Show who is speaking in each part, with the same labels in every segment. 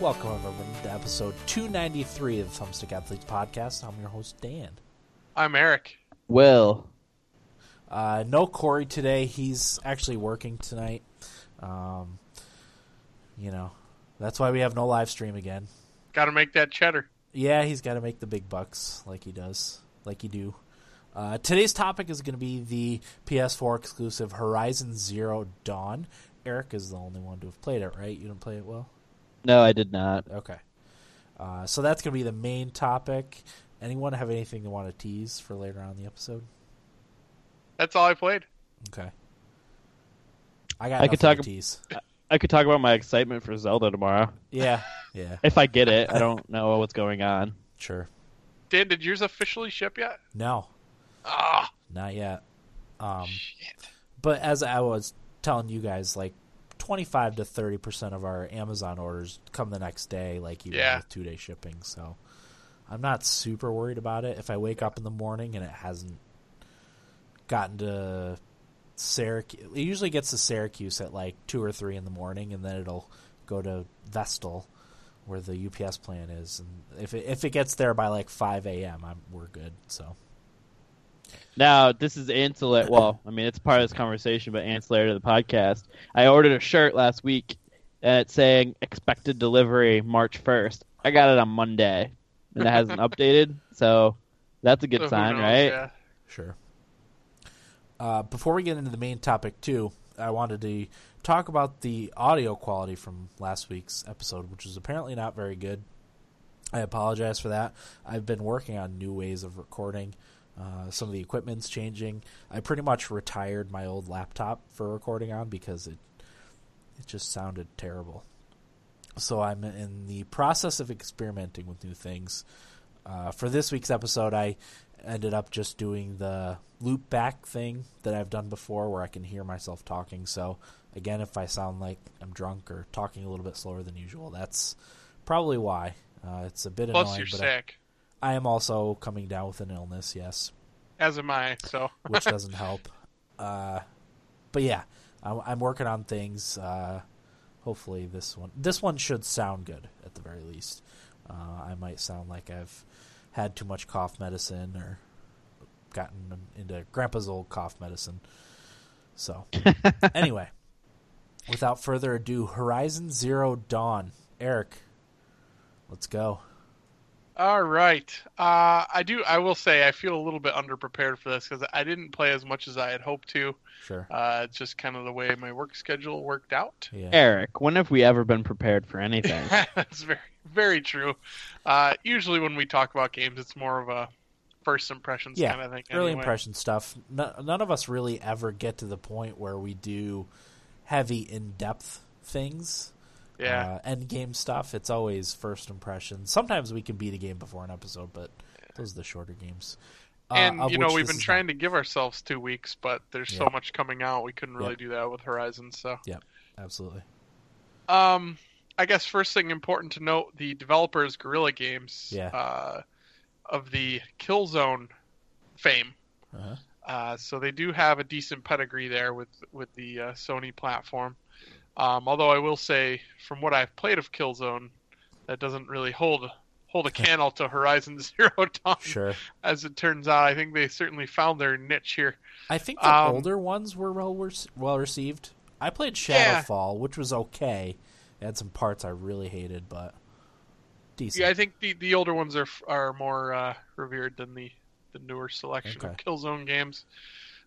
Speaker 1: Welcome everyone to episode 293 of Thumbstick Athletes Podcast. I'm your host Dan.
Speaker 2: I'm Eric.
Speaker 3: Will.
Speaker 1: Uh, no Corey today. He's actually working tonight. Um, you know, that's why we have no live stream again.
Speaker 2: Got to make that cheddar.
Speaker 1: Yeah, he's got to make the big bucks like he does, like you do. Uh, today's topic is going to be the PS4 exclusive Horizon Zero Dawn. Eric is the only one to have played it, right? You didn't play it well?
Speaker 3: No, I did not.
Speaker 1: Okay. Uh, so that's going to be the main topic. Anyone have anything they want to tease for later on in the episode?
Speaker 2: That's all I played.
Speaker 1: Okay. I got.
Speaker 3: I could
Speaker 1: nothing to
Speaker 3: talk ab-
Speaker 1: tease.
Speaker 3: I could talk about my excitement for Zelda tomorrow.
Speaker 1: Yeah. Yeah.
Speaker 3: If I get it, I don't know what's going on.
Speaker 1: Sure.
Speaker 2: Dan, did yours officially ship yet?
Speaker 1: No,
Speaker 2: Ah,
Speaker 1: not yet. Um,
Speaker 2: shit.
Speaker 1: but as I was telling you guys, like twenty-five to thirty percent of our Amazon orders come the next day, like even
Speaker 2: Yeah.
Speaker 1: with two-day shipping. So I'm not super worried about it. If I wake up in the morning and it hasn't gotten to Syracuse, it usually gets to Syracuse at like two or three in the morning, and then it'll go to Vestal. Where the UPS plant is, and if it, if it gets there by like five a.m., I'm we're good. So
Speaker 3: Now, this is ancillary. Well, I mean, it's part of this conversation, but ancillary to the podcast. I ordered a shirt last week, and it's saying expected delivery March 1st. I got it on Monday, and it hasn't updated, so that's a good
Speaker 2: So who
Speaker 3: sign,
Speaker 2: knows,
Speaker 3: right?
Speaker 2: yeah.
Speaker 1: Sure. Uh, before we get into the main topic, too, I wanted to talk about the audio quality from last week's episode, which was apparently not very good. I apologize for that. I've been working on new ways of recording. Uh, some of the equipment's changing. I pretty much retired my old laptop for recording on because it it just sounded terrible. So I'm in the process of experimenting with new things. Uh, for this week's episode, I ended up just doing the loop back thing that I've done before where I can hear myself talking. So, again, if I sound like I'm drunk or talking a little bit slower than usual, that's probably why. Uh, it's a bit
Speaker 2: Plus,
Speaker 1: annoying,
Speaker 2: you're
Speaker 1: but I-
Speaker 2: sick,
Speaker 1: I am also coming down with an illness, yes,
Speaker 2: as am I. So
Speaker 1: which doesn't help. Uh, but yeah, I'm, I'm working on things. Uh, hopefully, this one this one should sound good at the very least. Uh, I might sound like I've had too much cough medicine or gotten into Grandpa's old cough medicine. So, anyway, without further ado, Horizon Zero Dawn, Eric, let's go.
Speaker 2: All right. Uh, I do. I will say I feel a little bit underprepared for this because I didn't play as much as I had hoped to.
Speaker 1: Sure.
Speaker 2: Uh, it's just kind of the way my work schedule worked out.
Speaker 1: Yeah.
Speaker 3: Eric, when have we ever been prepared for anything?
Speaker 2: That's very very true. Uh, usually when we talk about games, it's more of a first impressions
Speaker 1: Yeah,
Speaker 2: kind of thing.
Speaker 1: early
Speaker 2: anyway.
Speaker 1: impression stuff. No, none of us really ever get to the point where we do heavy in depth things.
Speaker 2: Yeah.
Speaker 1: Uh, end game stuff. It's always first impression. Sometimes we can beat a game before an episode, but those are the shorter games. Uh,
Speaker 2: and
Speaker 1: of
Speaker 2: you know
Speaker 1: which
Speaker 2: we've
Speaker 1: this
Speaker 2: been
Speaker 1: is not.
Speaker 2: trying to give ourselves two weeks but there's so
Speaker 1: Yeah.
Speaker 2: much coming out we couldn't really
Speaker 1: Yeah.
Speaker 2: do that with horizon so
Speaker 1: Absolutely.
Speaker 2: um i guess first thing important to note the developers guerrilla games
Speaker 1: Yeah.
Speaker 2: uh, of the killzone fame
Speaker 1: Uh-huh.
Speaker 2: uh, so they do have a decent pedigree there with with the uh, sony platform um, although i will say from what i've played of killzone that doesn't really hold hold a candle to horizon zero dawn
Speaker 1: Sure.
Speaker 2: as it turns out i think they certainly found their niche here
Speaker 1: I think the
Speaker 2: Um,
Speaker 1: older ones were well, were well received. I played
Speaker 2: Yeah.
Speaker 1: Shadowfall, which was okay. It had some parts I really hated, but decent.
Speaker 2: Yeah, I think the, the older ones are are more uh, revered than the, the newer selection of
Speaker 1: Okay.
Speaker 2: Killzone games.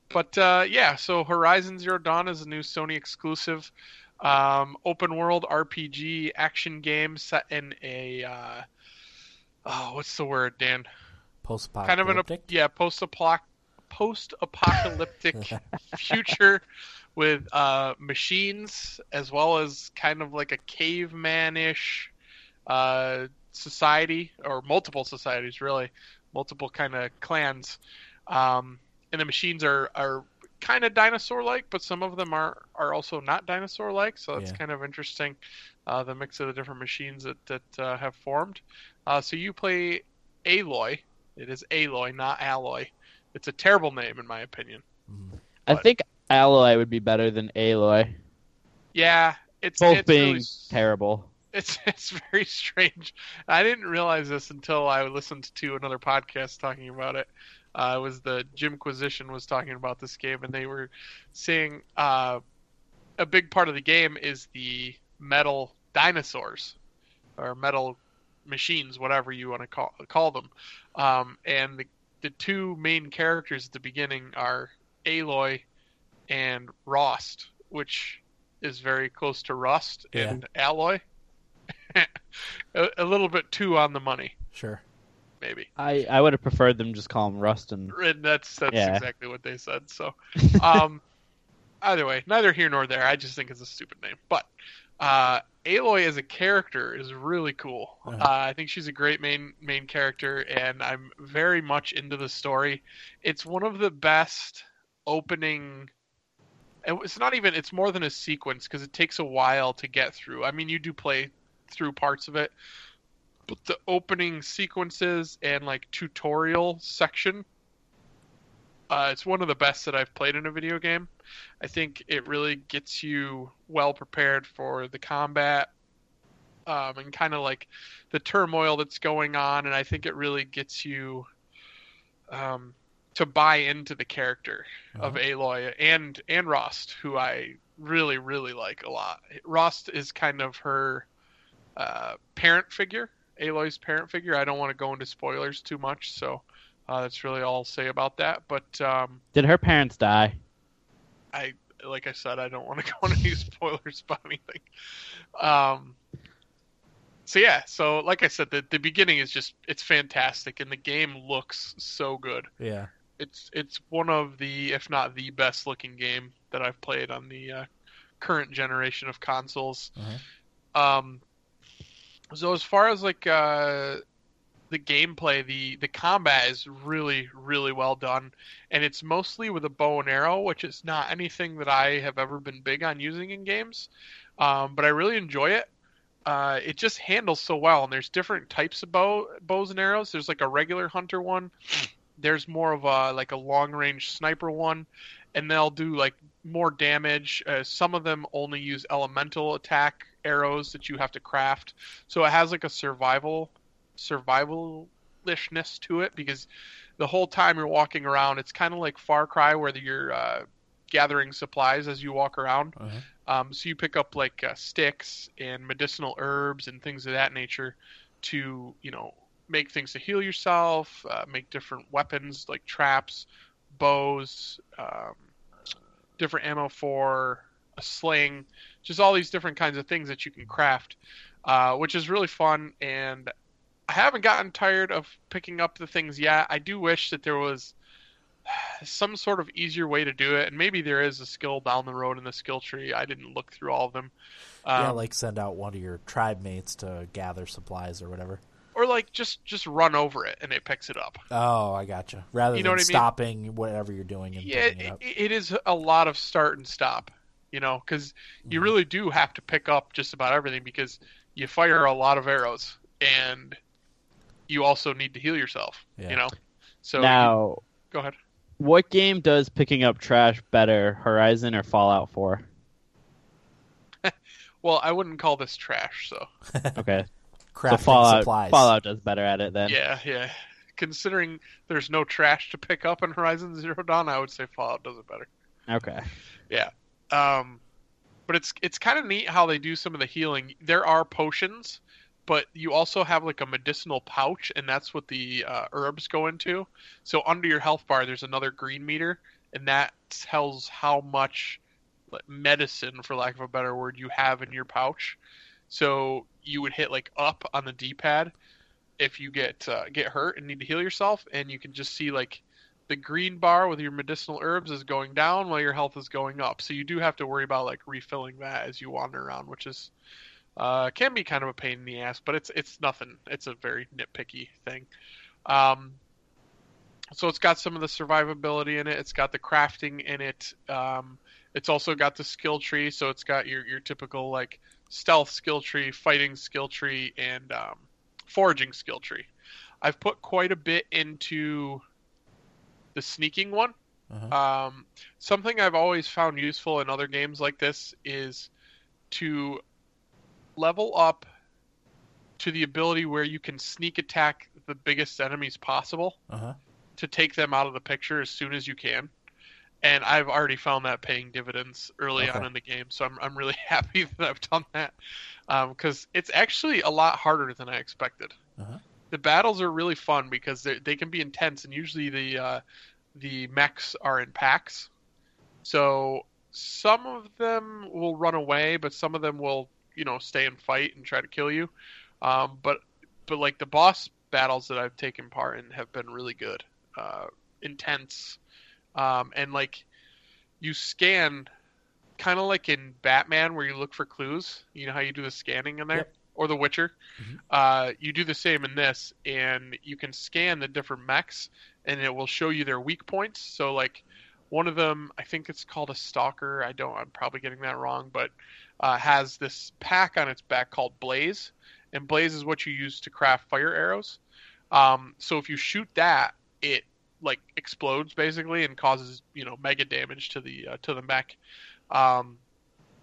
Speaker 2: But uh, yeah, so Horizon Zero Dawn is a new Sony exclusive um, open world RPG action game set in a uh, oh, what's the word, Dan? Kind
Speaker 1: Post-apocalyptic.
Speaker 2: of an ap- yeah post post apocalyptic future with uh, machines as well as kind of like a caveman-ish uh, society or multiple societies really multiple kind of clans um, and the machines are, are kind of dinosaur like but some of them are, are also not dinosaur like so that's
Speaker 1: Yeah.
Speaker 2: kind of interesting uh, the mix of the different machines that, that uh, have formed uh, so you play aloy it is aloy not alloy it's a terrible name in my opinion
Speaker 1: Mhm.
Speaker 3: I
Speaker 2: What?
Speaker 3: think Alloy would be better than Aloy.
Speaker 2: Yeah, it's
Speaker 3: Both
Speaker 2: it's
Speaker 3: being
Speaker 2: really,
Speaker 3: terrible.
Speaker 2: It's it's very strange. I didn't realize this until I listened to another podcast talking about it. Uh, it was the Jimquisition was talking about this game, and they were saying uh, a big part of the game is the metal dinosaurs or metal machines, whatever you want to call call them. Um, and the the two main characters at the beginning are Aloy and Rost, which is very close to Rust
Speaker 1: Yeah.
Speaker 2: and Alloy. a, a little bit too on the money,
Speaker 1: Sure.
Speaker 2: maybe.
Speaker 3: I, I would have preferred them just call him Rust and
Speaker 2: And that's that's
Speaker 3: Yeah.
Speaker 2: exactly what they said. So, um, either way, neither here nor there. I just think it's a stupid name. But uh, Aloy as a character is really cool. uh
Speaker 1: Uh-huh.
Speaker 2: I think she's a great main main character, and I'm very much into the story. It's one of the best opening. it- It's not even. It's more than a sequence because it takes a while to get through. I mean, you do play through parts of it, but the opening sequences and like tutorial section uh, it's one of the best that I've played in a video game. I think it really gets you well prepared for the combat um, and kind of like the turmoil that's going on, and I think it really gets you um, to buy into the character of
Speaker 1: Mm-hmm.
Speaker 2: Aloy and and Rost, who I really really like a lot. Rost is kind of her uh, parent figure, Aloy's parent figure. I don't want to go into spoilers too much, so. Uh, that's really all I'll say about that. But um,
Speaker 3: Did her parents die?
Speaker 2: I, like I said, I don't want to go into any spoilers about anything. Um, so yeah, so like I said, the the beginning is just it's fantastic, and the game looks so good.
Speaker 1: Yeah.
Speaker 2: It's it's one of the if not the best looking game that I've played on the uh, current generation of consoles. Um, so as far as like uh, the gameplay, the the combat is really really well done, and it's mostly with a bow and arrow, which is not anything that I have ever been big on using in games, um, but I really enjoy it. Uh, it just handles so well, and there's different types of bow bows and arrows. There's like a regular hunter one. There's more of a like a long range sniper one, and they'll do like more damage. Uh, some of them only use elemental attack arrows that you have to craft. So it has like a survival survivalishness to it because the whole time you're walking around, it's kind of like Far Cry where you're uh, gathering supplies as you walk around.
Speaker 1: Uh-huh.
Speaker 2: Um, so you pick up like uh, sticks and medicinal herbs and things of that nature to you know make things to heal yourself, uh, make different weapons like traps, bows, um, different ammo for a sling, just all these different kinds of things that you can craft, uh, which is really fun. And I haven't gotten tired of picking up the things yet. I do wish that there was some sort of easier way to do it, and maybe there is a skill down the road in the skill tree. I didn't look through all of them. Um,
Speaker 1: yeah, like send out one of your tribe mates to gather supplies or whatever.
Speaker 2: or like just just run over it and it picks it up.
Speaker 1: Oh, I gotcha. Rather
Speaker 2: You know
Speaker 1: than
Speaker 2: what I mean?
Speaker 1: stopping whatever you're doing and
Speaker 2: Yeah,
Speaker 1: picking it
Speaker 2: it,
Speaker 1: up.
Speaker 2: it is a lot of start and stop, you know, because you
Speaker 1: Mhm.
Speaker 2: really do have to pick up just about everything because you fire a lot of arrows and you also need to heal yourself,
Speaker 1: Yeah.
Speaker 2: you know. So
Speaker 3: now,
Speaker 2: go ahead.
Speaker 3: what game does picking up trash better, Horizon or Fallout 4?
Speaker 2: Well, I wouldn't call this trash, so
Speaker 3: Okay, so
Speaker 1: Crafting
Speaker 3: Fallout
Speaker 1: supplies.
Speaker 3: Fallout does better at it then.
Speaker 2: yeah, yeah. Considering there's no trash to pick up in Horizon Zero Dawn, I would say Fallout does it better.
Speaker 3: Okay.
Speaker 2: Um, but it's it's kind of neat how they do some of the healing. There are potions, but you also have like a medicinal pouch, and that's what the uh, herbs go into. So under your health bar, there's another green meter, and that tells how much like, medicine, for lack of a better word, you have in your pouch. So you would hit like up on the D-pad if you get uh, get hurt and need to heal yourself, and you can just see like the green bar with your medicinal herbs is going down while your health is going up. So you do have to worry about like refilling that as you wander around, which is uh, can be kind of a pain in the ass, but it's it's nothing. It's a very nitpicky thing. Um, so it's got some of the survivability in it. It's got the crafting in it. Um, it's also got the skill tree. So it's got your your typical like stealth skill tree, fighting skill tree, and um, foraging skill tree. I've put quite a bit into the sneaking one.
Speaker 1: Uh-huh.
Speaker 2: Um, something I've always found useful in other games like this is to level up to the ability where you can sneak attack the biggest enemies possible
Speaker 1: Uh-huh.
Speaker 2: to take them out of the picture as soon as you can. And I've already found that paying dividends early
Speaker 1: Okay.
Speaker 2: on in the game, so I'm I'm really happy that I've done that because it's actually a lot harder than I expected.
Speaker 1: Uh-huh.
Speaker 2: The battles are really fun because they they can be intense, and usually the uh, the mechs are in packs, so some of them will run away, but some of them will you know stay and fight and try to kill you. Um, but but like the boss battles that I've taken part in have been really good, uh, intense, um, and like you scan, kind of like in Batman where you look for clues. You know how you do the scanning in there,
Speaker 1: Yep.
Speaker 2: or The Witcher.
Speaker 1: Mhm.
Speaker 2: Uh, you do the same in this, and you can scan the different mechs, and it will show you their weak points. So like one of them, I think it's called a stalker. I don't. I'm probably getting that wrong, but uh, has this pack on its back called Blaze, and Blaze is what you use to craft fire arrows. Um, so if you shoot that, it like explodes basically and causes you know mega damage to the uh, to the mech, um,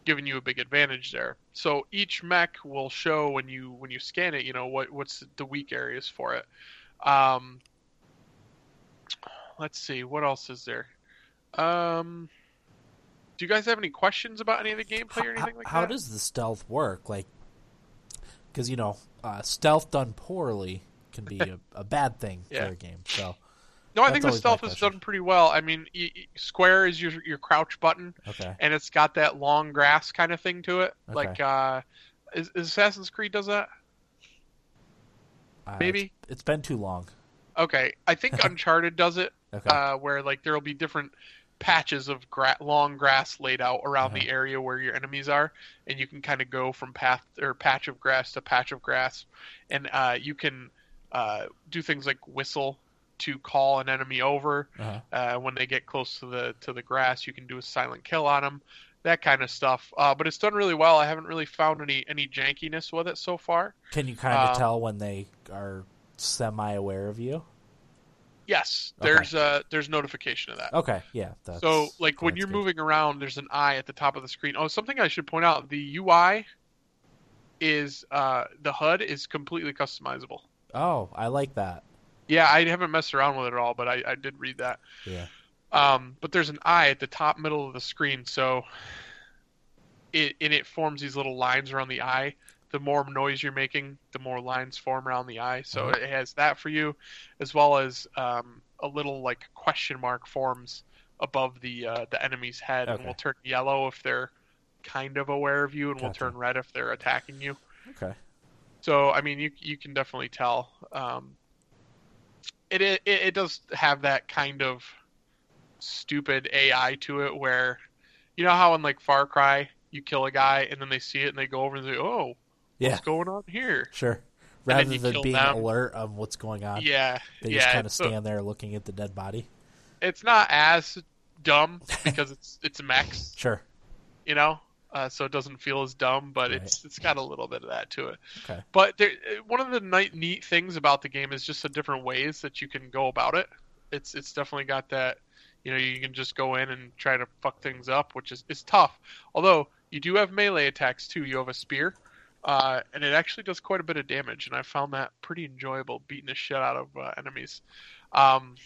Speaker 2: giving you a big advantage there. So each mech will show when you when you scan it, you know what what's the weak areas for it. Um, let's see what else is there. Um, do you guys have any questions about any of the gameplay or
Speaker 1: How-
Speaker 2: anything like
Speaker 1: how
Speaker 2: that?
Speaker 1: does the stealth work? Like, because you know, uh, stealth done poorly can be a, a bad thing
Speaker 2: Yeah.
Speaker 1: for a game. So
Speaker 2: No, I
Speaker 1: That's
Speaker 2: think the
Speaker 1: always my
Speaker 2: stealth is
Speaker 1: question.
Speaker 2: done pretty well. I mean, y- y- square is your your crouch button,
Speaker 1: okay,
Speaker 2: and it's got that long grass kind of thing to it.
Speaker 1: Okay.
Speaker 2: Like, uh, is, is Assassin's Creed does that?
Speaker 1: Uh,
Speaker 2: Maybe.
Speaker 1: it's- it's been too long.
Speaker 2: Okay, I think Uncharted does it,
Speaker 1: Okay,
Speaker 2: uh, where like there will be different patches of gra- long grass laid out around
Speaker 1: Uh-huh.
Speaker 2: the area where your enemies are, and you can kind of go from path or patch of grass to patch of grass, and uh, you can uh, do things like whistle to call an enemy over.
Speaker 1: uh-huh.
Speaker 2: uh, when they get close to the to the grass you can do a silent kill on them that kind of stuff uh, but it's done really well i haven't really found any any jankiness with it so far
Speaker 1: can you kind of
Speaker 2: um,
Speaker 1: tell when they are semi-aware of you?
Speaker 2: yes
Speaker 1: Okay.
Speaker 2: there's uh there's notification of that
Speaker 1: Okay, yeah. That's,
Speaker 2: so like when
Speaker 1: that's
Speaker 2: you're
Speaker 1: good.
Speaker 2: moving around there's an eye at the top of the screen oh something i should point out the ui is uh the hud is completely customizable
Speaker 1: Oh, I like that.
Speaker 2: yeah i haven't messed around with it at all but i, I did read that
Speaker 1: Yeah.
Speaker 2: Um, but there's an eye at the top middle of the screen, so it and it forms these little lines around the eye. The more noise you're making, the more lines form around the eye. So
Speaker 1: Mhm.
Speaker 2: it has that for you, as well as um, a little like question mark forms above the uh, the enemy's head,
Speaker 1: Okay.
Speaker 2: and will turn yellow if they're kind of aware of you, and will
Speaker 1: Gotcha.
Speaker 2: turn red if they're attacking you.
Speaker 1: Okay.
Speaker 2: So I mean, you you can definitely tell. Um, it, it it does have that kind of stupid AI to it, where you know how in like Far Cry you kill a guy and then they see it and they go over and say, "Oh,
Speaker 1: Yeah.
Speaker 2: what's going on here?"
Speaker 1: Sure.
Speaker 2: then
Speaker 1: Rather
Speaker 2: you
Speaker 1: than
Speaker 2: kill
Speaker 1: being
Speaker 2: them.
Speaker 1: alert of what's going on,
Speaker 2: yeah,
Speaker 1: they
Speaker 2: yeah.
Speaker 1: just kind of
Speaker 2: it's, so-
Speaker 1: stand there looking at the dead body.
Speaker 2: it's not as dumb because it's it's max,
Speaker 1: Sure.
Speaker 2: you know, uh, so it doesn't feel as dumb, but
Speaker 1: Right.
Speaker 2: it's it's got a little bit of that to it.
Speaker 1: Okay.
Speaker 2: But there, uh, one of the ni- neat things about the game is just the different ways that you can go about it. It's it's definitely got that, you know, you can just go in and try to fuck things up, which is is tough. Although you do have melee attacks too. You have a spear, uh, and it actually does quite a bit of damage, and I found that pretty enjoyable, beating the shit out of uh, enemies. Um,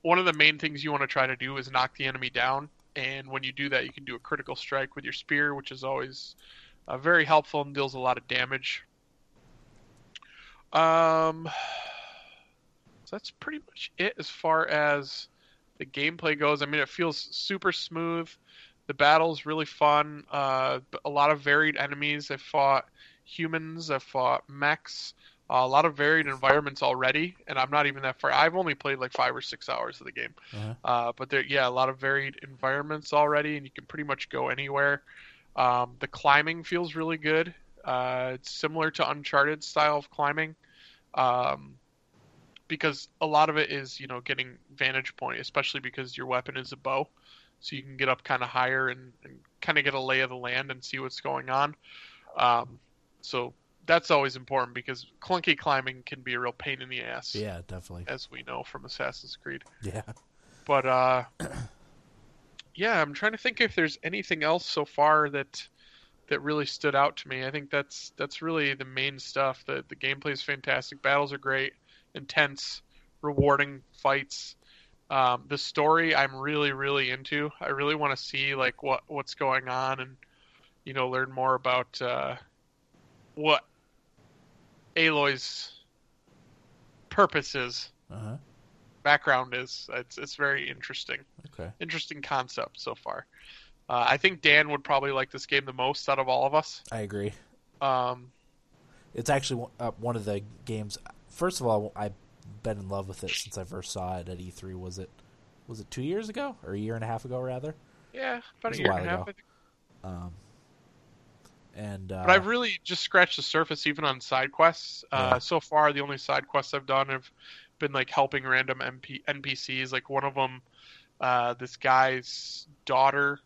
Speaker 2: one of the main things you want to try to do is knock the enemy down, and when you do that, you can do a critical strike with your spear, which is always uh, very helpful and deals a lot of damage. Um, so that's pretty much it as far as the gameplay goes. I mean, it feels super smooth. The battle's really fun. Uh, b- a lot of varied enemies. I fought humans. I fought mechs. Uh, a lot of varied environments already, and I'm not even that far. I've only played like five or six hours of the game.
Speaker 1: Uh-huh.
Speaker 2: Uh, but there, yeah, a lot of varied environments already, and you can pretty much go anywhere. Um, the climbing feels really good. Uh, it's similar to Uncharted style of climbing, um, because a lot of it is you know getting vantage point, especially because your weapon is a bow, so you can get up kind of higher and, and kind of get a lay of the land and see what's going on. Um, so that's always important because clunky climbing can be a real pain in the ass,
Speaker 1: Yeah, definitely.
Speaker 2: as we know from Assassin's Creed.
Speaker 1: Yeah.
Speaker 2: But uh, yeah, I'm trying to think if there's anything else so far that that really stood out to me. I think that's that's really the main stuff. The the gameplay is fantastic. Battles are great, intense, rewarding fights. Um, the story I'm really really into. I really want to see like what what's going on and you know learn more about uh, what Aloy's purpose is,
Speaker 1: Uh-huh.
Speaker 2: background is. It's it's very interesting
Speaker 1: Okay.
Speaker 2: interesting concept so far. Uh, I think Dan would probably like this game the most out of all of us.
Speaker 1: I agree.
Speaker 2: Um,
Speaker 1: It's actually one- uh, one of the games. First of all, I've been in love with it since I first saw it at E3. Was it was it two years ago or a year and a half ago rather?
Speaker 2: yeah, about
Speaker 1: It's
Speaker 2: a
Speaker 1: a
Speaker 2: year
Speaker 1: while
Speaker 2: and a half.
Speaker 1: ago.
Speaker 2: I think.
Speaker 1: Um, and uh,
Speaker 2: But I've really just scratched the surface even on side quests. Uh,
Speaker 1: Yeah.
Speaker 2: So far, the only side quests I've done have been like helping random MP- NPCs. Like one of them, uh, this guy's daughter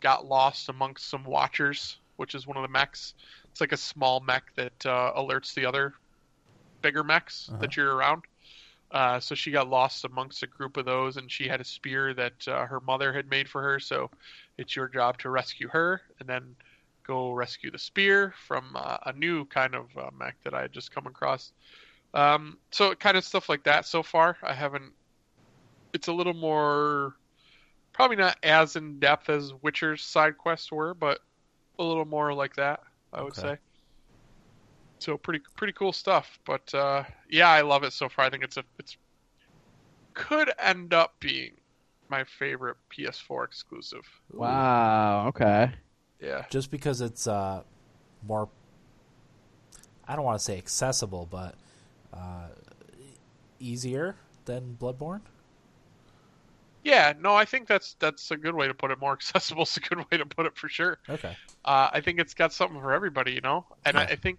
Speaker 2: got lost amongst some Watchers, which is one of the mechs. It's like a small mech that uh, alerts the other bigger mechs
Speaker 1: Uh-huh.
Speaker 2: that you're around. Uh, so she got lost amongst a group of those, and she had a spear that uh, her mother had made for her. So it's your job to rescue her and then go rescue the spear from uh, a new kind of uh, mech that I had just come across. Um, so kind of stuff like that. So far, I haven't. It's a little more, probably not as in depth as Witcher's side quests were, but a little more like that. I would
Speaker 1: Okay.
Speaker 2: say. So pretty pretty cool stuff. But uh, yeah, I love it so far. I think it's a it's could end up being my favorite PS4 exclusive.
Speaker 1: ooh,
Speaker 3: Wow. Okay.
Speaker 2: Yeah.
Speaker 1: just because it's uh, more. I don't want to say accessible, but uh, easier than Bloodborne.
Speaker 2: Yeah, no, I think that's that's a good way to put it. More accessible is a good way to put it for sure.
Speaker 1: Okay.
Speaker 2: Uh, I think it's got something for everybody, you know. And I,
Speaker 1: Yeah.
Speaker 2: I think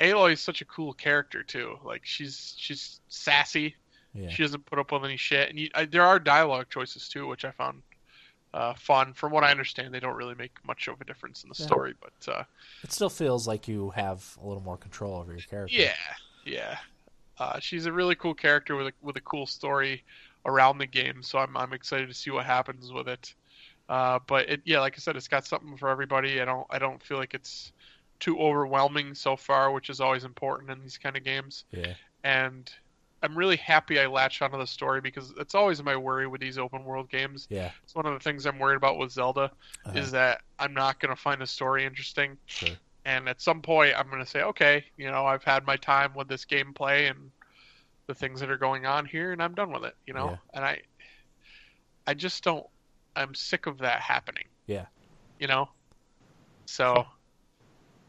Speaker 2: Aloy is such a cool character too. Like she's she's sassy.
Speaker 1: Yeah.
Speaker 2: She doesn't put up with any shit. And you, I, there are dialogue choices too, which I found uh, fun. From what I understand, they don't really make much of a difference in the
Speaker 1: Yeah.
Speaker 2: story, but uh,
Speaker 1: It still feels like you have a little more control over your character.
Speaker 2: Yeah, yeah. Uh, she's a really cool character with a, with a cool story around the game, so I'm I'm excited to see what happens with it. Uh, but it, yeah, like I said, it's got something for everybody. I don't I don't feel like it's too overwhelming so far, which is always important in these kind of games
Speaker 1: Yeah.
Speaker 2: and I'm really happy I latched onto the story because it's always my worry with these open world games.
Speaker 1: Yeah.
Speaker 2: It's one of the things I'm worried about with Zelda
Speaker 1: Uh-huh.
Speaker 2: is that I'm not going to find the story interesting.
Speaker 1: Sure.
Speaker 2: And at some point, I'm going to say, okay, you know, I've had my time with this gameplay and the things that are going on here, and I'm done with it. You know,
Speaker 1: Yeah.
Speaker 2: and I, I just don't. I'm sick of that happening.
Speaker 1: Yeah.
Speaker 2: You know, so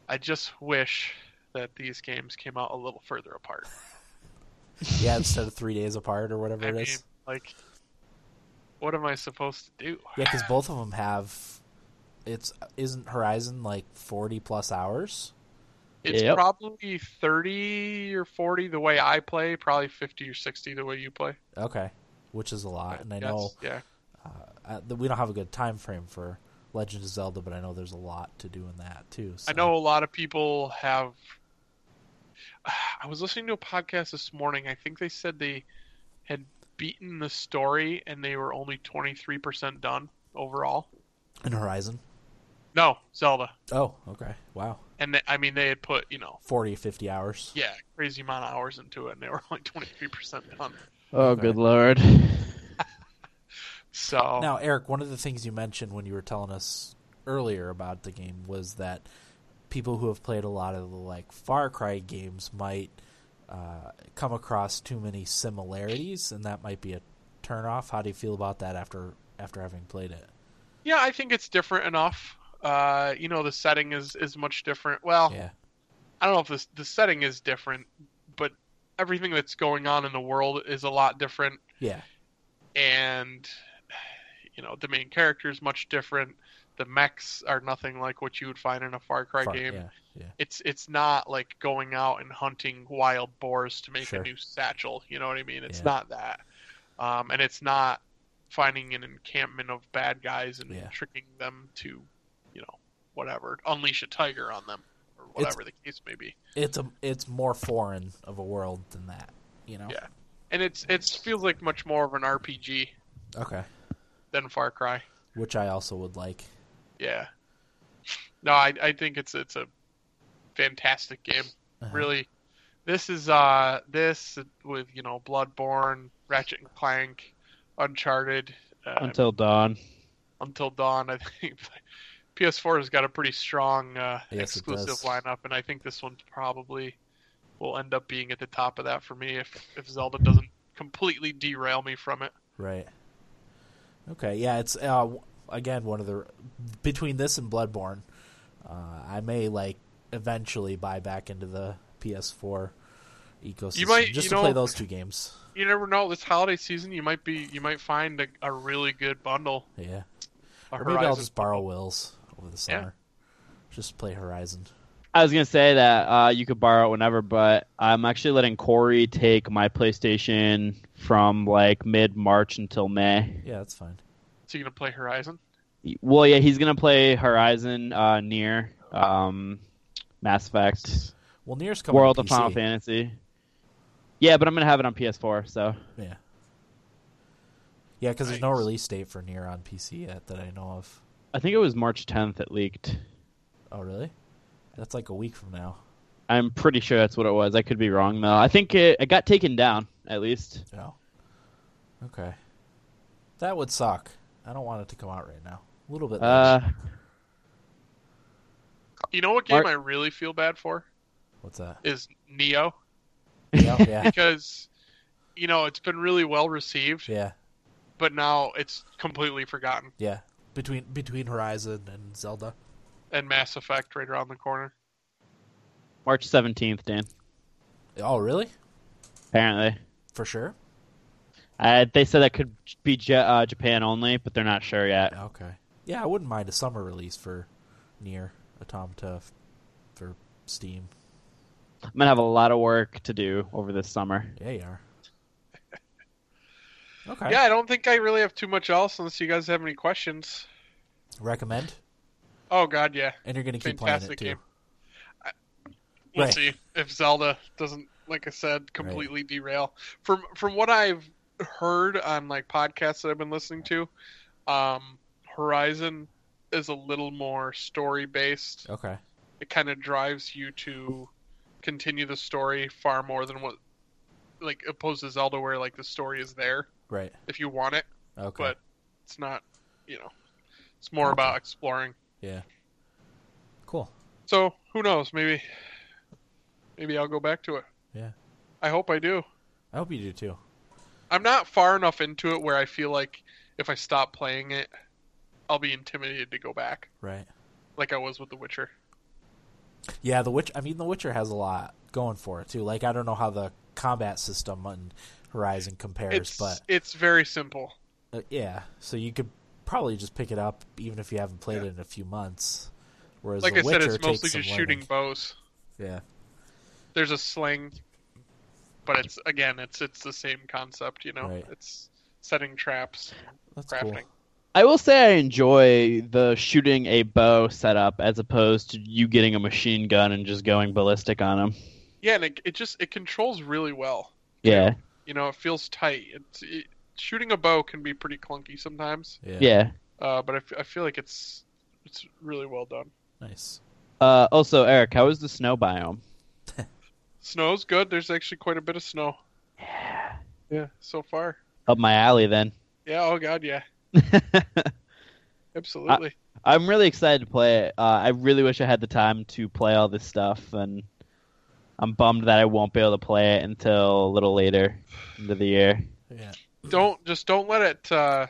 Speaker 2: I just wish that these games came out a little further apart.
Speaker 1: Yeah. Instead of three days apart or whatever
Speaker 2: I
Speaker 1: it
Speaker 2: mean,
Speaker 1: is.
Speaker 2: like, what am I supposed to do?
Speaker 1: Yeah, because both of them have. It's isn't Horizon like forty plus hours?
Speaker 2: It's
Speaker 3: Yep.
Speaker 2: probably 30 or 40 the way I play, probably 50 or 60 the way you play.
Speaker 1: Okay, which is a lot, and I
Speaker 2: guess.
Speaker 1: know
Speaker 2: Yeah.
Speaker 1: uh, that we don't have a good time frame for Legend of Zelda, but I know there's a lot to do in that too. So.
Speaker 2: I know a lot of people have. I was listening to a podcast this morning. I think they said they had beaten the story and they were only 23% done overall.
Speaker 1: in Horizon.
Speaker 2: No, Zelda.
Speaker 1: Oh, okay, wow,
Speaker 2: And they, I mean, they had put, you know,
Speaker 1: 40, 50 hours.
Speaker 2: yeah, crazy amount of hours into it and they were only 23% done.
Speaker 3: Oh,
Speaker 1: Okay.
Speaker 3: good lord.
Speaker 2: So.
Speaker 1: Now, Eric, one of the things you mentioned when you were telling us earlier about the game was that people who have played a lot of the like Far Cry games might uh, come across too many similarities, and that might be a turnoff. How do you feel about that after after having played it?
Speaker 2: Yeah, I think it's different enough. Uh, you know, the setting is is much different. Well,
Speaker 1: Yeah,
Speaker 2: I don't know if this the setting is different, but everything that's going on in the world is a lot different,
Speaker 1: yeah,
Speaker 2: and you know, the main character is much different. The mechs are nothing like what you would find in a Far Cry
Speaker 1: Far-
Speaker 2: game.
Speaker 1: yeah,
Speaker 2: It's it's not like going out and hunting wild boars to make
Speaker 1: Sure.
Speaker 2: a new satchel. You know what I mean? It's
Speaker 1: Yeah.
Speaker 2: not that, um, and it's not finding an encampment of bad guys and
Speaker 1: Yeah.
Speaker 2: tricking them to, you know, whatever, unleash a tiger on them or
Speaker 1: It's-
Speaker 2: whatever the case may be.
Speaker 1: it's a it's more foreign of a world than that, you know.
Speaker 2: Yeah. And it's it feels like much more of an RPG
Speaker 1: Okay,
Speaker 2: than Far Cry.
Speaker 1: which I also would like.
Speaker 2: Yeah. No, I, I think it's it's a fantastic game.
Speaker 1: Uh-huh.
Speaker 2: Really, this is uh this with you know Bloodborne, Ratchet and Clank, Uncharted, uh, Until,
Speaker 3: Until dawn.
Speaker 2: Dawn. I think PS4 has got a pretty strong uh,
Speaker 1: Yes, it
Speaker 2: exclusive
Speaker 1: does.
Speaker 2: lineup, and I think this one probably will end up being at the top of that for me if if Zelda doesn't completely derail me from it.
Speaker 1: Right. Okay. Yeah. It's uh, w- again one of the between this and Bloodborne, uh, I may like eventually buy back into the PS4 ecosystem
Speaker 2: might-
Speaker 1: just
Speaker 2: you
Speaker 1: to play
Speaker 2: know-
Speaker 1: those two games.
Speaker 2: You never know. This holiday season, you might be you might find a, a really good bundle.
Speaker 1: Yeah.
Speaker 2: A
Speaker 1: Or maybe I'll
Speaker 2: Horizon
Speaker 1: just borrow Will's over the summer. Just play Horizon.
Speaker 3: I was gonna say that uh, you could borrow it whenever, but I'm actually letting Corey take my PlayStation from like mid March until May.
Speaker 1: Yeah, that's fine.
Speaker 2: So you gonna play Horizon?
Speaker 3: Well, yeah, he's gonna play Horizon uh, near um, Mass Effect,
Speaker 1: Well, Nier's coming.
Speaker 3: World
Speaker 1: to
Speaker 3: of Final
Speaker 1: PC.
Speaker 3: Fantasy. Yeah, but I'm gonna have it on PS4, so
Speaker 1: Yeah. Yeah, because there's no
Speaker 2: Nice.
Speaker 1: release date for Nier on PC yet that I know of.
Speaker 3: I think it was March 10th it leaked.
Speaker 1: Oh, really? That's like a week from now.
Speaker 3: I'm pretty sure that's what it was. I could be wrong though. I think it, it got taken down at least.
Speaker 1: Oh. Okay. That would suck. I don't want it to come out right now. A little bit.
Speaker 3: Uh,
Speaker 1: later.
Speaker 2: You know what game
Speaker 3: Mark-
Speaker 2: I really feel bad for
Speaker 1: What's that?
Speaker 2: is Neo
Speaker 1: yeah, yeah,
Speaker 2: because you know it's been really well received,
Speaker 1: yeah,
Speaker 2: but now it's completely forgotten.
Speaker 1: yeah. Between between Horizon and Zelda.
Speaker 2: And Mass Effect right around the corner.
Speaker 3: March 17th, Dan.
Speaker 1: Oh, really?
Speaker 3: Apparently,
Speaker 1: For sure.
Speaker 3: uh, they said that could be J- uh, Japan only, but they're not sure yet.
Speaker 1: Okay. Yeah, I wouldn't mind a summer release for Nier Automata f- for Steam.
Speaker 3: I'm gonna have a lot of work to do over this summer.
Speaker 1: Yeah, you are. Okay.
Speaker 2: Yeah, I don't think I really have too much else unless you guys have any questions.
Speaker 1: Recommend,
Speaker 2: Oh God, yeah.
Speaker 1: and you're going to keep
Speaker 2: Fantastic
Speaker 1: playing it too.
Speaker 2: game. We'll
Speaker 1: Right.
Speaker 2: see if Zelda doesn't, like I said, completely derail. From from what I've heard on like podcasts that I've been listening to, um, Horizon is a little more story based.
Speaker 1: Okay.
Speaker 2: It kind of drives you to continue the story far more than what, like opposed to Zelda, where like the story is there
Speaker 1: Right.
Speaker 2: if you want it,
Speaker 1: Okay.
Speaker 2: but it's not. You know, it's more about exploring.
Speaker 1: Yeah. Cool.
Speaker 2: So who knows? Maybe, maybe I'll go back to it.
Speaker 1: Yeah.
Speaker 2: I hope I do.
Speaker 1: I hope you do too.
Speaker 2: I'm not far enough into it where I feel like if I stop playing it, I'll be intimidated to go back,
Speaker 1: Right.
Speaker 2: like I was with The Witcher.
Speaker 1: Yeah, The Witch. I mean, The Witcher has a lot going for it too. Like, I don't know how the combat system on Horizon compares,
Speaker 2: It's
Speaker 1: but
Speaker 2: it's very simple.
Speaker 1: uh, yeah. So you could probably just pick it up even if you haven't played it in a few months. Whereas
Speaker 2: Like
Speaker 1: The
Speaker 2: I said,
Speaker 1: Witcher
Speaker 2: it's mostly
Speaker 1: takes some
Speaker 2: just shooting
Speaker 1: learning.
Speaker 2: bows.
Speaker 1: Yeah.
Speaker 2: There's a sling, but it's again, it's it's the same concept. You know,
Speaker 1: Right.
Speaker 2: it's setting traps,
Speaker 1: That's
Speaker 2: crafting.
Speaker 3: I will say I enjoy the shooting a bow setup as opposed to you getting a machine gun and just going ballistic on them.
Speaker 2: Yeah, and it, it just it controls really well.
Speaker 3: Yeah,
Speaker 2: You know, it feels tight. It's it, shooting a bow can be pretty clunky sometimes,
Speaker 1: cool. Yeah.
Speaker 3: yeah.
Speaker 2: uh, but I, f- I feel like it's it's really well done.
Speaker 1: Nice.
Speaker 3: Uh, also, Eric, how is the snow biome?
Speaker 2: Snow's good. There's actually quite a bit of snow. Yeah. Yeah, so far.
Speaker 3: Up my alley, then.
Speaker 2: Yeah, oh god, yeah. Absolutely.
Speaker 3: I'm really excited to play it. Uh, I really wish I had the time to play all this stuff, and I'm bummed that I won't be able to play it until a little later into the year.
Speaker 1: Yeah.
Speaker 2: Don't just don't let it uh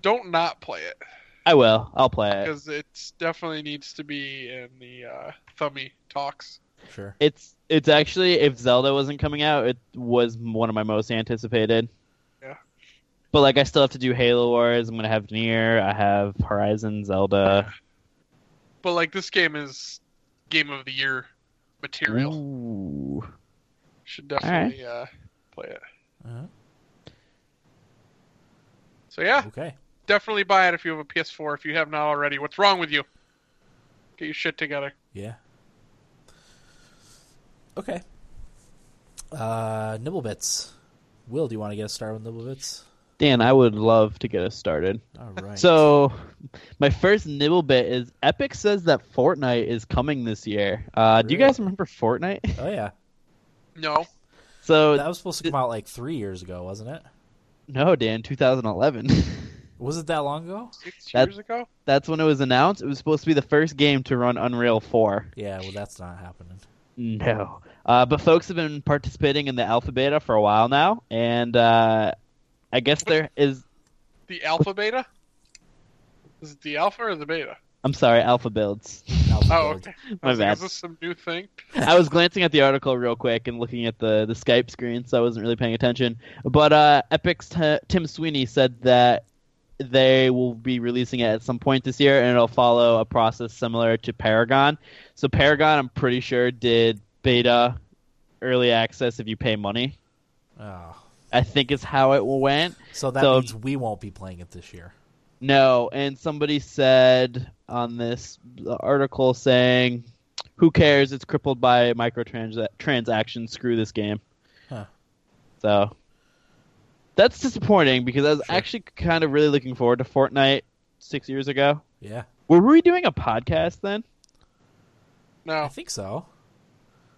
Speaker 2: don't not play it
Speaker 3: I will. I'll play it.
Speaker 2: because it's definitely needs to be in the uh thummy talks.
Speaker 1: Sure.
Speaker 3: It's it's actually if Zelda wasn't coming out, it was one of my most anticipated.
Speaker 2: Yeah.
Speaker 3: But like, I still have to do Halo Wars. I'm gonna have Nier. I have Horizon, Zelda.
Speaker 2: But like this game is game of the year material.
Speaker 3: Ooh.
Speaker 2: Should definitely uh play it.
Speaker 1: Uh-huh.
Speaker 2: So yeah,
Speaker 1: Okay.
Speaker 2: definitely buy it if you have a PS4 if you have not already. What's wrong with you? Get your shit together.
Speaker 1: Yeah. Okay. Uh, Nibblebits. Will, do you want to get a start with Nibblebits?
Speaker 3: Dan, I would love to get us started.
Speaker 1: All right.
Speaker 3: So, my first nibble bit is Epic says that Fortnite is coming this year. Uh, Do you
Speaker 1: Really?
Speaker 3: guys remember Fortnite?
Speaker 1: oh yeah,
Speaker 2: No.
Speaker 3: So,
Speaker 1: that was supposed to come out like three years ago, wasn't it?
Speaker 3: no, Dan, 2011.
Speaker 1: Was it that long ago?
Speaker 2: Six
Speaker 3: That-
Speaker 2: years ago?
Speaker 3: That's when it was announced. It was supposed to be the first game to run Unreal 4.
Speaker 1: Yeah. Well, that's not happening.
Speaker 3: No. Uh, but folks have been participating in the alpha beta for a while now, and uh, I guess there is.
Speaker 2: The alpha beta? Is it the alpha or the beta?
Speaker 3: I'm sorry, alpha builds.
Speaker 1: Alpha
Speaker 2: Oh,
Speaker 1: Build.
Speaker 2: okay. I
Speaker 3: My
Speaker 2: was like,
Speaker 3: bad.
Speaker 2: Is this some new thing?
Speaker 3: I was glancing at the article real quick and looking at the, the Skype screen, so I wasn't really paying attention. But uh, Epic's t- Tim Sweeney said that they will be releasing it at some point this year, and it'll follow a process similar to Paragon. So Paragon, I'm pretty sure, did beta early access if you pay money.
Speaker 1: Oh.
Speaker 3: I think is how it went.
Speaker 1: So that
Speaker 3: So-
Speaker 1: means we won't be playing it this year.
Speaker 3: No, and somebody said on this article saying, "Who cares? It's crippled by microtransactions. Screw this game."
Speaker 1: Huh.
Speaker 3: So that's disappointing because I was
Speaker 1: Sure.
Speaker 3: actually kind of really looking forward to Fortnite six years ago.
Speaker 1: Yeah,
Speaker 3: Were we doing a podcast then?
Speaker 1: I
Speaker 2: No.
Speaker 1: think so.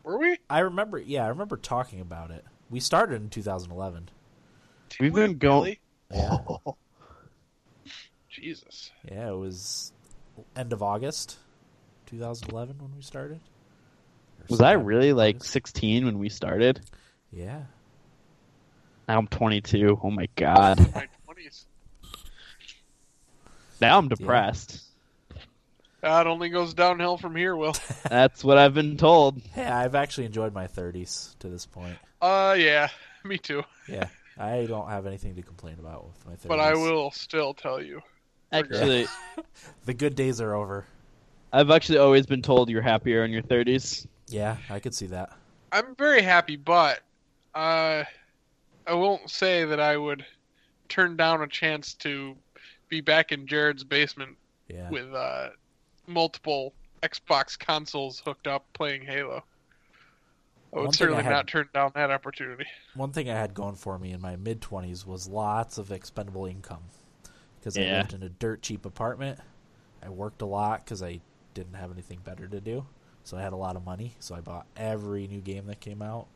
Speaker 2: Were we?
Speaker 1: I remember. Yeah, I remember talking about it. We started in 2011.
Speaker 2: Did
Speaker 3: We've
Speaker 2: we
Speaker 3: been going-
Speaker 2: really?
Speaker 1: Yeah.
Speaker 2: Jesus.
Speaker 1: Yeah, it was end of August 2011 when we started. Or
Speaker 3: Was I
Speaker 1: sometime in
Speaker 3: really like
Speaker 1: August.
Speaker 3: 16 when we started?
Speaker 1: Yeah.
Speaker 3: Now I'm 22. Oh my god.
Speaker 2: In my 20s.
Speaker 3: Now I'm depressed.
Speaker 2: That only goes downhill from here, Will.
Speaker 3: That's what I've been told.
Speaker 1: Hey, I've actually enjoyed my 30s to this point.
Speaker 2: Uh, yeah. Me too.
Speaker 1: Yeah. I don't have anything to complain about with my 30s.
Speaker 2: But I will still tell you.
Speaker 3: Actually,
Speaker 1: The good days are over.
Speaker 3: I've actually always been told you're happier in your 30s.
Speaker 1: Yeah, I could see that.
Speaker 2: I'm very happy, but uh, I won't say that I would turn down a chance to be back in Jared's basement
Speaker 1: Yeah.
Speaker 2: with uh, multiple Xbox consoles hooked up playing Halo. I would
Speaker 1: One thing
Speaker 2: certainly
Speaker 1: I had-
Speaker 2: not turn down that opportunity.
Speaker 1: One thing I had going for me in my mid 20s was lots of expendable income because I
Speaker 3: Yeah.
Speaker 1: lived in a dirt cheap apartment. I worked a lot because I didn't have anything better to do. So I had a lot of money. So I bought every new game that came out.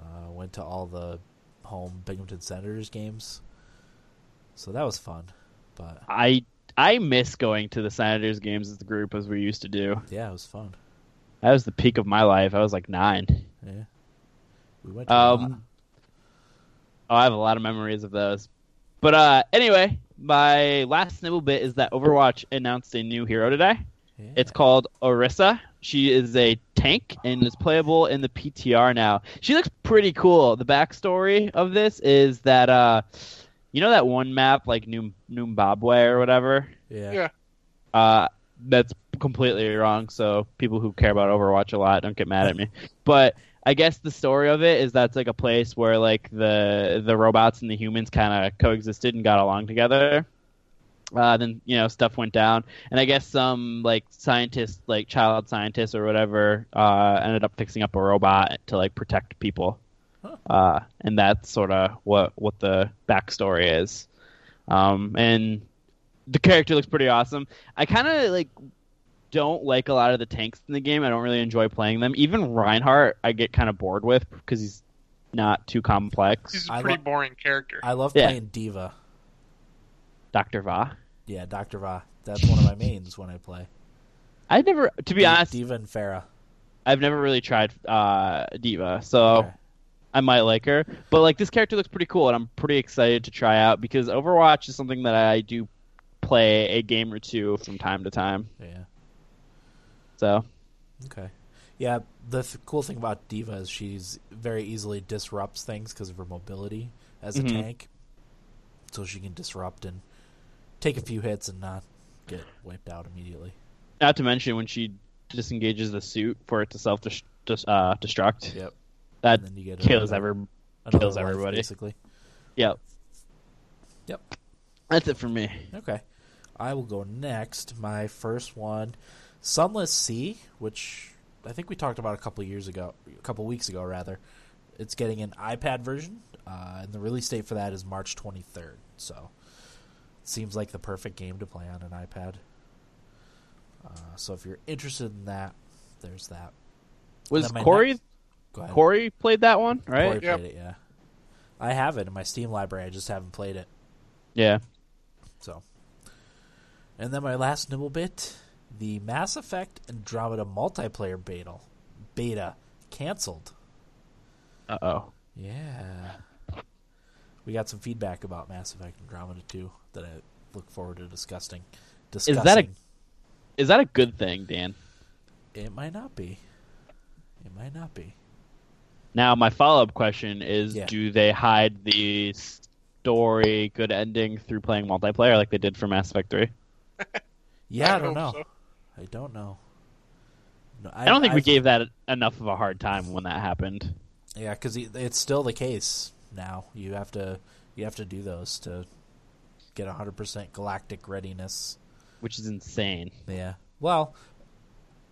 Speaker 1: Uh, went to all the home Binghamton Senators games. So that was fun. But
Speaker 3: I I miss going to the Senators games as a group as we used to do.
Speaker 1: yeah, it was fun.
Speaker 3: That was the peak of my life. I was like nine.
Speaker 1: Yeah. We went to a lot.
Speaker 3: Um, oh, I have a lot of memories of those. But uh, anyway, my last nibble bit is that Overwatch announced a new hero today.
Speaker 1: Yeah.
Speaker 3: It's called Orisa. She is a tank and is playable in the PTR now. She looks pretty cool. The backstory of this is that uh, you know that one map like Num- Numbabwe or whatever.
Speaker 1: yeah.
Speaker 2: yeah.
Speaker 3: Uh, that's completely wrong. So people who care about Overwatch a lot don't get mad at me. But I guess the story of it is that's like a place where like the the robots and the humans kind of coexisted and got along together. Uh, then you know stuff went down, and I guess some like scientists, like child scientists or whatever, uh, ended up fixing up a robot to like protect people.
Speaker 1: Huh.
Speaker 3: Uh, and that's sort of what what the backstory is. Um, and the character looks pretty awesome. I kind of like don't like a lot of the tanks in the game. I don't really enjoy playing them. Even Reinhardt, I get kind of bored with because he's not too complex.
Speaker 2: He's a
Speaker 1: I
Speaker 2: pretty
Speaker 1: lo-
Speaker 2: boring character.
Speaker 1: I love
Speaker 3: Yeah.
Speaker 1: playing Diva.
Speaker 3: Doctor Va.
Speaker 1: Yeah, Dr. Va. That's one of my mains when I play.
Speaker 3: I never, to be
Speaker 1: Di-
Speaker 3: honest,
Speaker 1: Diva and Farah.
Speaker 3: I've never really tried uh, Diva, so
Speaker 1: Okay.
Speaker 3: I might like her. But like this character looks pretty cool, and I'm pretty excited to try out because Overwatch is something that I do play a game or two from time to time.
Speaker 1: Yeah.
Speaker 3: So
Speaker 1: Okay. Yeah, the th- cool thing about Diva is she's very easily disrupts things because of her mobility as a
Speaker 3: Mhm.
Speaker 1: tank. So she can disrupt and take a few hits and not get wiped out immediately.
Speaker 3: not to mention when she disengages the suit for it to self dis- dis- uh, destruct.
Speaker 1: Yep.
Speaker 3: That
Speaker 1: then you get
Speaker 3: kills
Speaker 1: another-
Speaker 3: every.
Speaker 1: another
Speaker 3: kills
Speaker 1: life,
Speaker 3: everybody.
Speaker 1: basically.
Speaker 3: Yep.
Speaker 1: Yep.
Speaker 3: That's it for me.
Speaker 1: Okay. I will go next. My first one, Sunless Sea, which I think we talked about a couple years ago, a couple weeks ago rather, It's getting an iPad version, uh, and the release date for that is March 23rd. So, it seems like the perfect game to play on an iPad. Uh, so, if you're interested in that, there's that.
Speaker 3: Was
Speaker 1: Then my
Speaker 3: Corey
Speaker 1: next- Go ahead.
Speaker 3: Corey played that one, right?
Speaker 1: Corey
Speaker 2: Yep.
Speaker 1: played it, yeah. I have it in my Steam library. I just haven't played it.
Speaker 3: Yeah.
Speaker 1: So, and then my last nibble bit: the Mass Effect Andromeda multiplayer beta, beta canceled.
Speaker 3: Uh oh.
Speaker 1: Yeah, we got some feedback about Mass Effect Andromeda too that I look forward to discussing. Discussing
Speaker 3: Is that a- Is that a good thing, Dan?
Speaker 1: it might not be. It might not be.
Speaker 3: Now my follow up question is:
Speaker 1: Yeah.
Speaker 3: Do they hide the story, good ending through playing multiplayer like they did for Mass Effect Three?
Speaker 1: Yeah, I, don't
Speaker 2: hope
Speaker 1: know.
Speaker 2: so.
Speaker 1: I don't know. No,
Speaker 3: I don't think we
Speaker 1: I've-
Speaker 3: gave that enough of a hard time when that happened.
Speaker 1: Yeah, because it's still the case now. You have to you have to do those to get hundred percent galactic readiness.
Speaker 3: which is insane.
Speaker 1: Yeah. Well,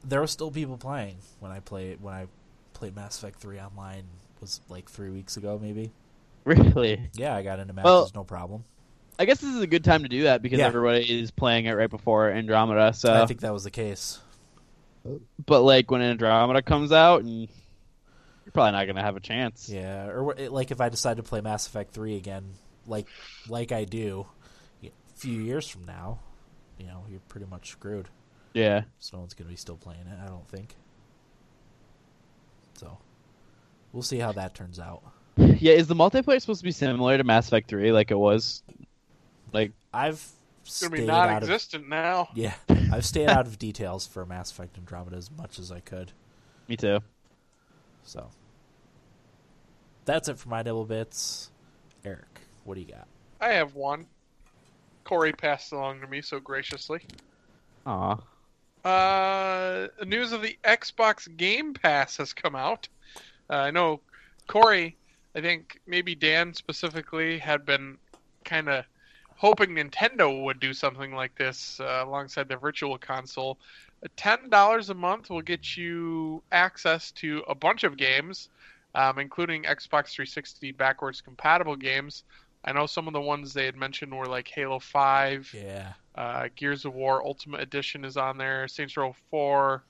Speaker 1: there were still people playing when I played when I played Mass Effect Three online was like three weeks ago, maybe.
Speaker 3: Really,
Speaker 1: Yeah, I got into matches,
Speaker 3: Well-
Speaker 1: no problem.
Speaker 3: I guess this is a good time to do that because
Speaker 1: Yeah.
Speaker 3: everybody is playing it right before Andromeda. So,
Speaker 1: I think that was the case.
Speaker 3: but like when Andromeda comes out, and you're probably not gonna have a chance.
Speaker 1: Yeah, or wh- it, like if I decide to play Mass Effect Three again, like like I do, a few years from now, you know, you're pretty much screwed.
Speaker 3: Yeah.
Speaker 1: So no one's going to be still playing it, I don't think. So we'll see how that turns out.
Speaker 3: Yeah, Is the multiplayer supposed to be similar to Mass Effect Three, like it was? Like,
Speaker 1: I've
Speaker 2: It's gonna be
Speaker 1: stayed out of
Speaker 2: non-existent now.
Speaker 1: yeah, I've stayed out of details for Mass Effect Andromeda as much as I could.
Speaker 3: me too.
Speaker 1: So that's it for my double bits. Eric, what do you got?
Speaker 2: I have one. Corey passed along to me so graciously.
Speaker 3: Aw.
Speaker 2: Uh, news of the Xbox Game Pass has come out. Uh, I know Corey, I think maybe Dan specifically, had been kind of hoping Nintendo would do something like this uh, alongside their virtual console. Uh, $10 a month will get you access to a bunch of games, um, including Xbox 360 backwards compatible games. I know some of the ones they had mentioned were like Halo 5.
Speaker 1: Yeah,
Speaker 2: Uh, Gears of War Ultimate Edition is on there. Saints Row 4,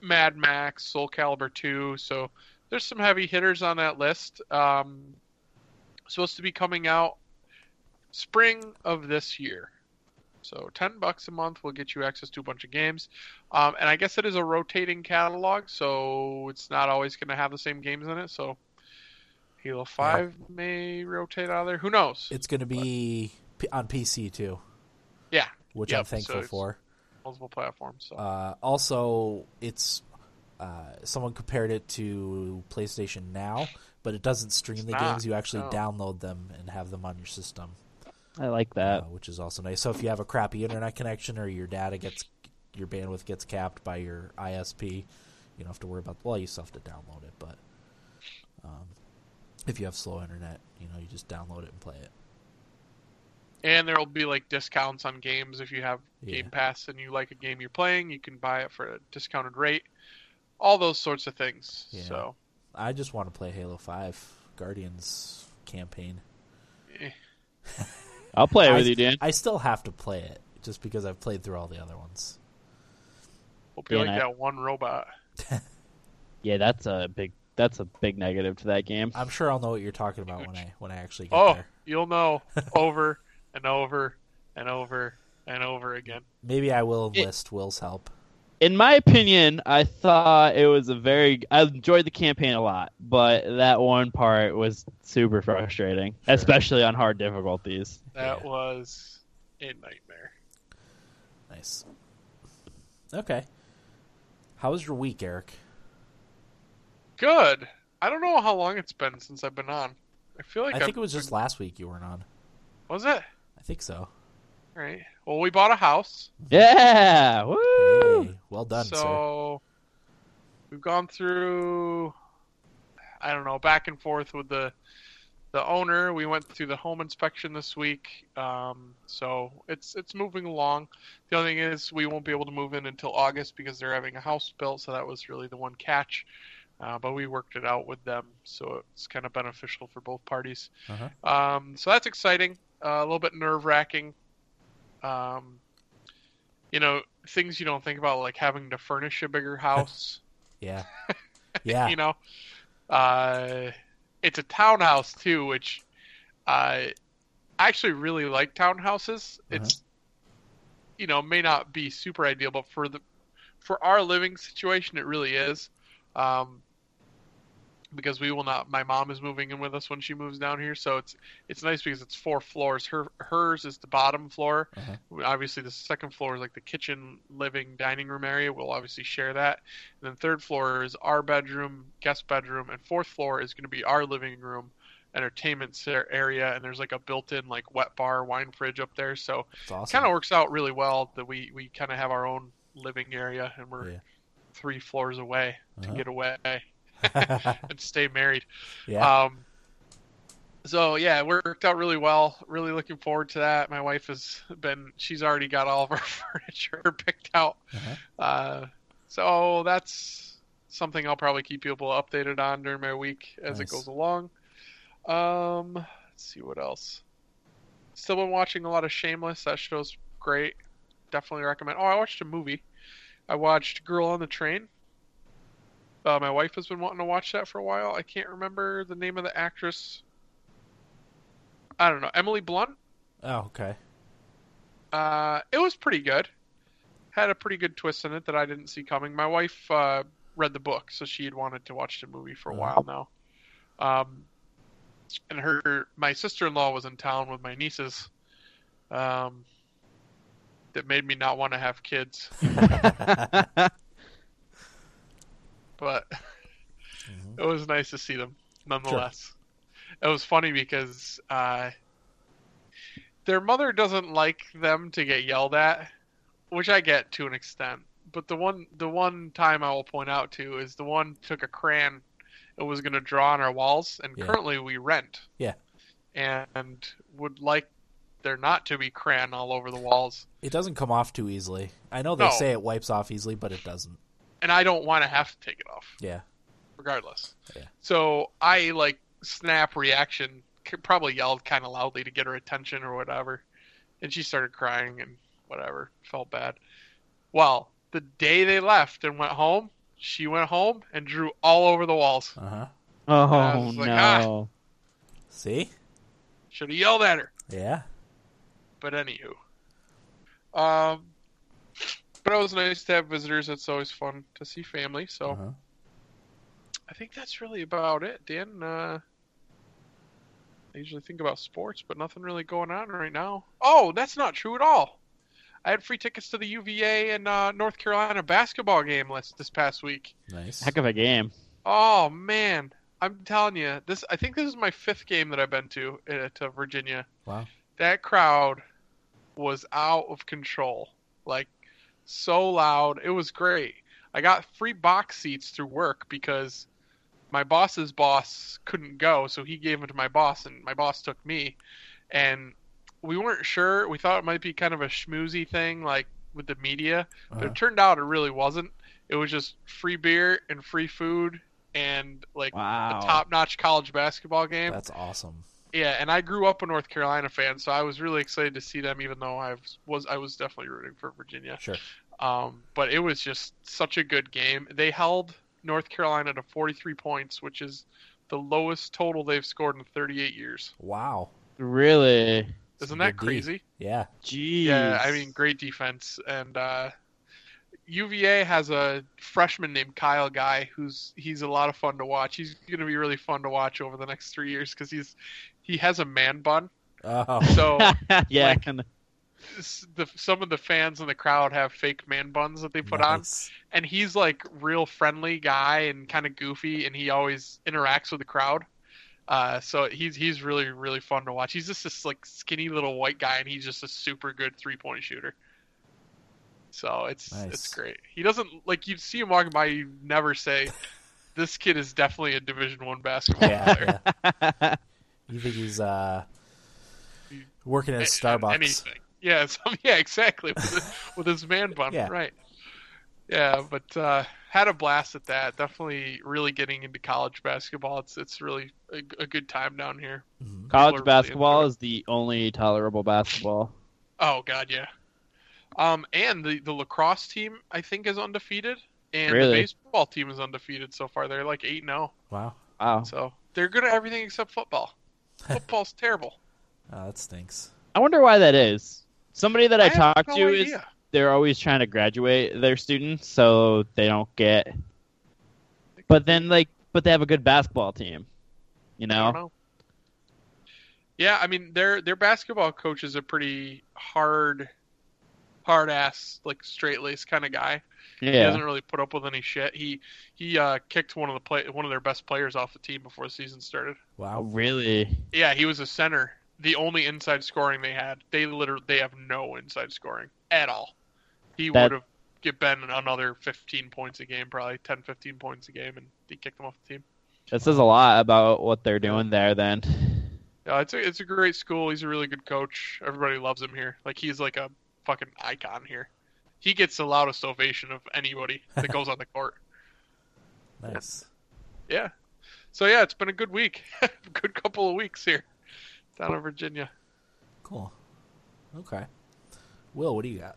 Speaker 2: Mad Max, Soul Calibur 2. So there's some heavy hitters on that list. Um, supposed to be coming out spring of this year. So 10 bucks a month will get you access to a bunch of games. Um, and I guess it is a rotating catalog, so it's not always going to have the same games in it. So Halo 5 may rotate out of there. Who knows?
Speaker 1: it's going to be p- on PC too,
Speaker 2: yeah,
Speaker 1: which
Speaker 2: Yep,
Speaker 1: I'm
Speaker 2: so
Speaker 1: thankful
Speaker 2: it's-
Speaker 1: for.
Speaker 2: multiple platforms. So.
Speaker 1: Uh, also, it's uh, someone compared it to PlayStation Now, but it doesn't stream the
Speaker 2: not,
Speaker 1: games. You actually
Speaker 2: no.
Speaker 1: download them and have them on your system,
Speaker 3: I like
Speaker 1: uh,
Speaker 3: that.
Speaker 1: which is also nice. So if you have a crappy internet connection or your data gets your bandwidth gets capped by your ISP, you don't have to worry about. Well, you still have to download it, but um, if you have slow internet, you know you just download it and play it.
Speaker 2: And there will be like discounts on games if you have
Speaker 1: Yeah.
Speaker 2: Game Pass and you like a game you're playing, you can buy it for a discounted rate. All those sorts of things.
Speaker 1: Yeah.
Speaker 2: So
Speaker 1: I just want to play Halo Five Guardians campaign.
Speaker 3: I'll play it
Speaker 1: I-
Speaker 3: with you, Dan.
Speaker 1: I still have to play it just because I've played through all the other ones.
Speaker 2: hope you
Speaker 3: Yeah,
Speaker 2: like
Speaker 3: and I-
Speaker 2: that one robot.
Speaker 3: Yeah, that's a big. That's a big negative to that game.
Speaker 1: I'm sure I'll know what you're talking about when I when I actually get
Speaker 2: Oh,
Speaker 1: there.
Speaker 2: you'll know over and over and over and over again.
Speaker 1: Maybe I will
Speaker 3: It-
Speaker 1: enlist Will's help.
Speaker 3: in my opinion, I thought it was a very. I enjoyed the campaign a lot, but that one part was super frustrating,
Speaker 1: Sure.
Speaker 3: especially on hard difficulties.
Speaker 2: That
Speaker 1: Yeah.
Speaker 2: was a nightmare.
Speaker 1: Nice. Okay. How was your week, Eric?
Speaker 2: Good. I don't know how long it's been since I've been on. I feel like
Speaker 1: I
Speaker 2: I
Speaker 1: think it was just last week you weren't on.
Speaker 2: was it?
Speaker 1: I think so.
Speaker 2: All right. Well, we bought a house.
Speaker 3: Yeah, woo!
Speaker 1: Hey, well done, sir.
Speaker 2: so we've gone through I don't know, back and forth with the the owner. We went through the home inspection this week. Um, so it's it's moving along. The only thing is we won't be able to move in until August because they're having a house built, so that was really the one catch. uh, but we worked it out with them, so it's kind of beneficial for both parties.
Speaker 1: Uh-huh.
Speaker 2: Um, so that's exciting, uh, a little bit nerve wracking. Um, you know, things you don't think about, like having to furnish a bigger house.
Speaker 1: Yeah. Yeah.
Speaker 2: you know, uh, it's a townhouse too, which I actually really like townhouses.
Speaker 1: Uh-huh.
Speaker 2: It's you know may not be super ideal, but for the for our living situation, it really is. Um, because we will not. My mom is moving in with us when she moves down here, so it's it's nice because it's four floors. Her hers is the bottom floor.
Speaker 1: Uh-huh.
Speaker 2: Obviously, the second floor is like the kitchen, living, dining room area. We'll obviously share that. And then third floor is our bedroom, guest bedroom, and fourth floor is going to be our living room, entertainment ser- area. And there's like a built-in like wet bar, wine fridge up there, so
Speaker 1: It's awesome.
Speaker 2: kind of works out really well that we we kind of have our own living area and we're
Speaker 1: Yeah.
Speaker 2: three floors away
Speaker 1: Uh-huh.
Speaker 2: to get away and stay married.
Speaker 1: yeah.
Speaker 2: Um, so yeah, it worked out really well. Really looking forward to that. My wife has been; she's already got all of our furniture picked out.
Speaker 1: Uh-huh.
Speaker 2: Uh, so that's something I'll probably keep people updated on during my week as
Speaker 1: Nice.
Speaker 2: it goes along. Um, let's see what else. Still been watching a lot of Shameless. That show's great. Definitely recommend. Oh, I watched a movie. I watched Girl on the Train. Uh, my wife has been wanting to watch that for a while. I can't remember the name of the actress. I don't know. Emily Blunt.
Speaker 1: oh, okay.
Speaker 2: Uh, it was pretty good. Had a pretty good twist in it that I didn't see coming. My wife uh, read the book, so she had wanted to watch the movie for a
Speaker 1: Uh-huh.
Speaker 2: while now. Um, and her, my sister-in-law was in town with my nieces. Um, that made me not want to have kids, but
Speaker 1: Mhm.
Speaker 2: it was nice to see them nonetheless. It was funny because uh, their mother doesn't like them to get yelled at, which I get to an extent. But the one the one time I will point out to is the one took a crayon and was going to draw on our walls, and
Speaker 1: Yeah.
Speaker 2: currently we rent.
Speaker 1: Yeah.
Speaker 2: And would like there not to be crayon all over the walls.
Speaker 1: It doesn't come off too easily. I know they
Speaker 2: No.
Speaker 1: say it wipes off easily, but it doesn't.
Speaker 2: And I don't want to have to take it off.
Speaker 1: Yeah.
Speaker 2: regardless.
Speaker 1: Yeah.
Speaker 2: So I like snap reaction, c- probably yelled kind of loudly to get her attention or whatever, and she started crying and whatever, felt bad. Well, the day they left and went home, she went home and drew all over the walls.
Speaker 1: Uh huh.
Speaker 2: I
Speaker 3: Oh
Speaker 2: was like, ah.
Speaker 3: no!
Speaker 1: See?
Speaker 2: Should have yelled at her.
Speaker 1: Yeah.
Speaker 2: But anywho, um, but it was nice to have visitors. It's always fun to see family. So.
Speaker 1: Uh-huh.
Speaker 2: I think that's really about it, Dan. Uh, I usually think about sports, but nothing really going on right now. Oh, that's not true at all. I had free tickets to the UVA and uh, North Carolina basketball game list this past week.
Speaker 1: Nice.
Speaker 3: Heck of a game.
Speaker 2: Oh man, I'm telling you, this. I think this is my fifth game that I've been to uh, to Virginia.
Speaker 1: Wow.
Speaker 2: That crowd was out of control. Like so loud. It was great. I got free box seats through work because my boss's boss couldn't go, so he gave them to my boss, and my boss took me. And we weren't sure. We thought it might be kind of a schmoozy thing, like with the media, but
Speaker 1: Uh-huh.
Speaker 2: it turned out it really wasn't. It was just free beer and free food and like
Speaker 3: Wow.
Speaker 2: a top-notch college basketball game.
Speaker 1: That's awesome.
Speaker 2: Yeah, and I grew up a North Carolina fan, so I was really excited to see them, even though I was I was definitely rooting for Virginia.
Speaker 1: Sure.
Speaker 2: Um, but it was just such a good game. They held North Carolina to 43 points, which is the lowest total they've scored in 38 years.
Speaker 1: Wow.
Speaker 3: Really?
Speaker 1: Good
Speaker 2: Isn't that
Speaker 1: D.
Speaker 2: crazy?
Speaker 1: Yeah.
Speaker 3: Jeez.
Speaker 2: Yeah, I mean, great defense. And uh, UVA has a freshman named Kyle Guy, who's he's a lot of fun to watch. He's going to be really fun to watch over the next three years because he's he has a man bun,
Speaker 1: Oh.
Speaker 2: so.
Speaker 3: yeah.
Speaker 2: like,
Speaker 3: kinda.
Speaker 2: s- the, some of the fans in the crowd have fake man buns that they put on,
Speaker 1: nice.
Speaker 2: and he's like real friendly guy and kind of goofy, and he always interacts with the crowd. Uh, so he's he's really really fun to watch. He's just this like skinny little white guy, and he's just a super good three point shooter. So it's
Speaker 1: Nice.
Speaker 2: it's great. He doesn't like you'd see him walking by, you never say, "This kid is definitely a Division One basketball
Speaker 1: Yeah,
Speaker 2: player."
Speaker 1: yeah. You think he's uh, working at
Speaker 2: A-
Speaker 1: Starbucks?
Speaker 2: Anything. Yeah, some, yeah, exactly. With, his- with his man bun,
Speaker 1: Yeah.
Speaker 2: right? Yeah, but uh, had a blast at that. Definitely, really getting into college basketball. It's it's really a, a good time down here.
Speaker 1: Mhm.
Speaker 2: People are really
Speaker 3: College basketball
Speaker 2: into it.
Speaker 3: is the only tolerable basketball.
Speaker 2: Oh God, yeah. Um, and the the lacrosse team I think is undefeated, and the
Speaker 3: Really?
Speaker 2: baseball team is undefeated so far. They're like eight eight zero,
Speaker 1: Wow,
Speaker 3: Wow.
Speaker 2: so they're good at everything except football. Football's terrible.
Speaker 1: oh, that stinks.
Speaker 3: I wonder why that is. Somebody that I,
Speaker 2: have
Speaker 3: talk
Speaker 2: no
Speaker 3: to is
Speaker 2: idea.
Speaker 3: they're always trying to graduate their students so they don't get but then like but they have a good basketball team. You
Speaker 2: I don't
Speaker 3: know?
Speaker 2: know. Yeah, I mean their their basketball coach is a pretty hard, hard ass like straight laced kind of guy. He
Speaker 3: Yeah.
Speaker 2: doesn't really put up with any shit. He he uh, kicked one of the play one of their best players off the team before the season started.
Speaker 3: Oh,
Speaker 1: Wow,
Speaker 3: really?
Speaker 2: Yeah, he was a center. The only inside scoring they had, they literally they have no inside scoring at all. He
Speaker 3: That-
Speaker 2: would have get been another 15 points a game, probably 10, 15 points a game, and he kicked them off the team.
Speaker 3: That says a lot about what they're doing there then.
Speaker 2: Yeah, Uh, it's a it's a great school. He's a really good coach. Everybody loves him here. Like he's like a fucking icon here. He gets the loudest ovation of anybody that goes on the court.
Speaker 1: nice.
Speaker 2: Yeah. So yeah, it's been a good week, good couple of weeks here down in Virginia.
Speaker 1: Cool. Okay. Will, what do you got?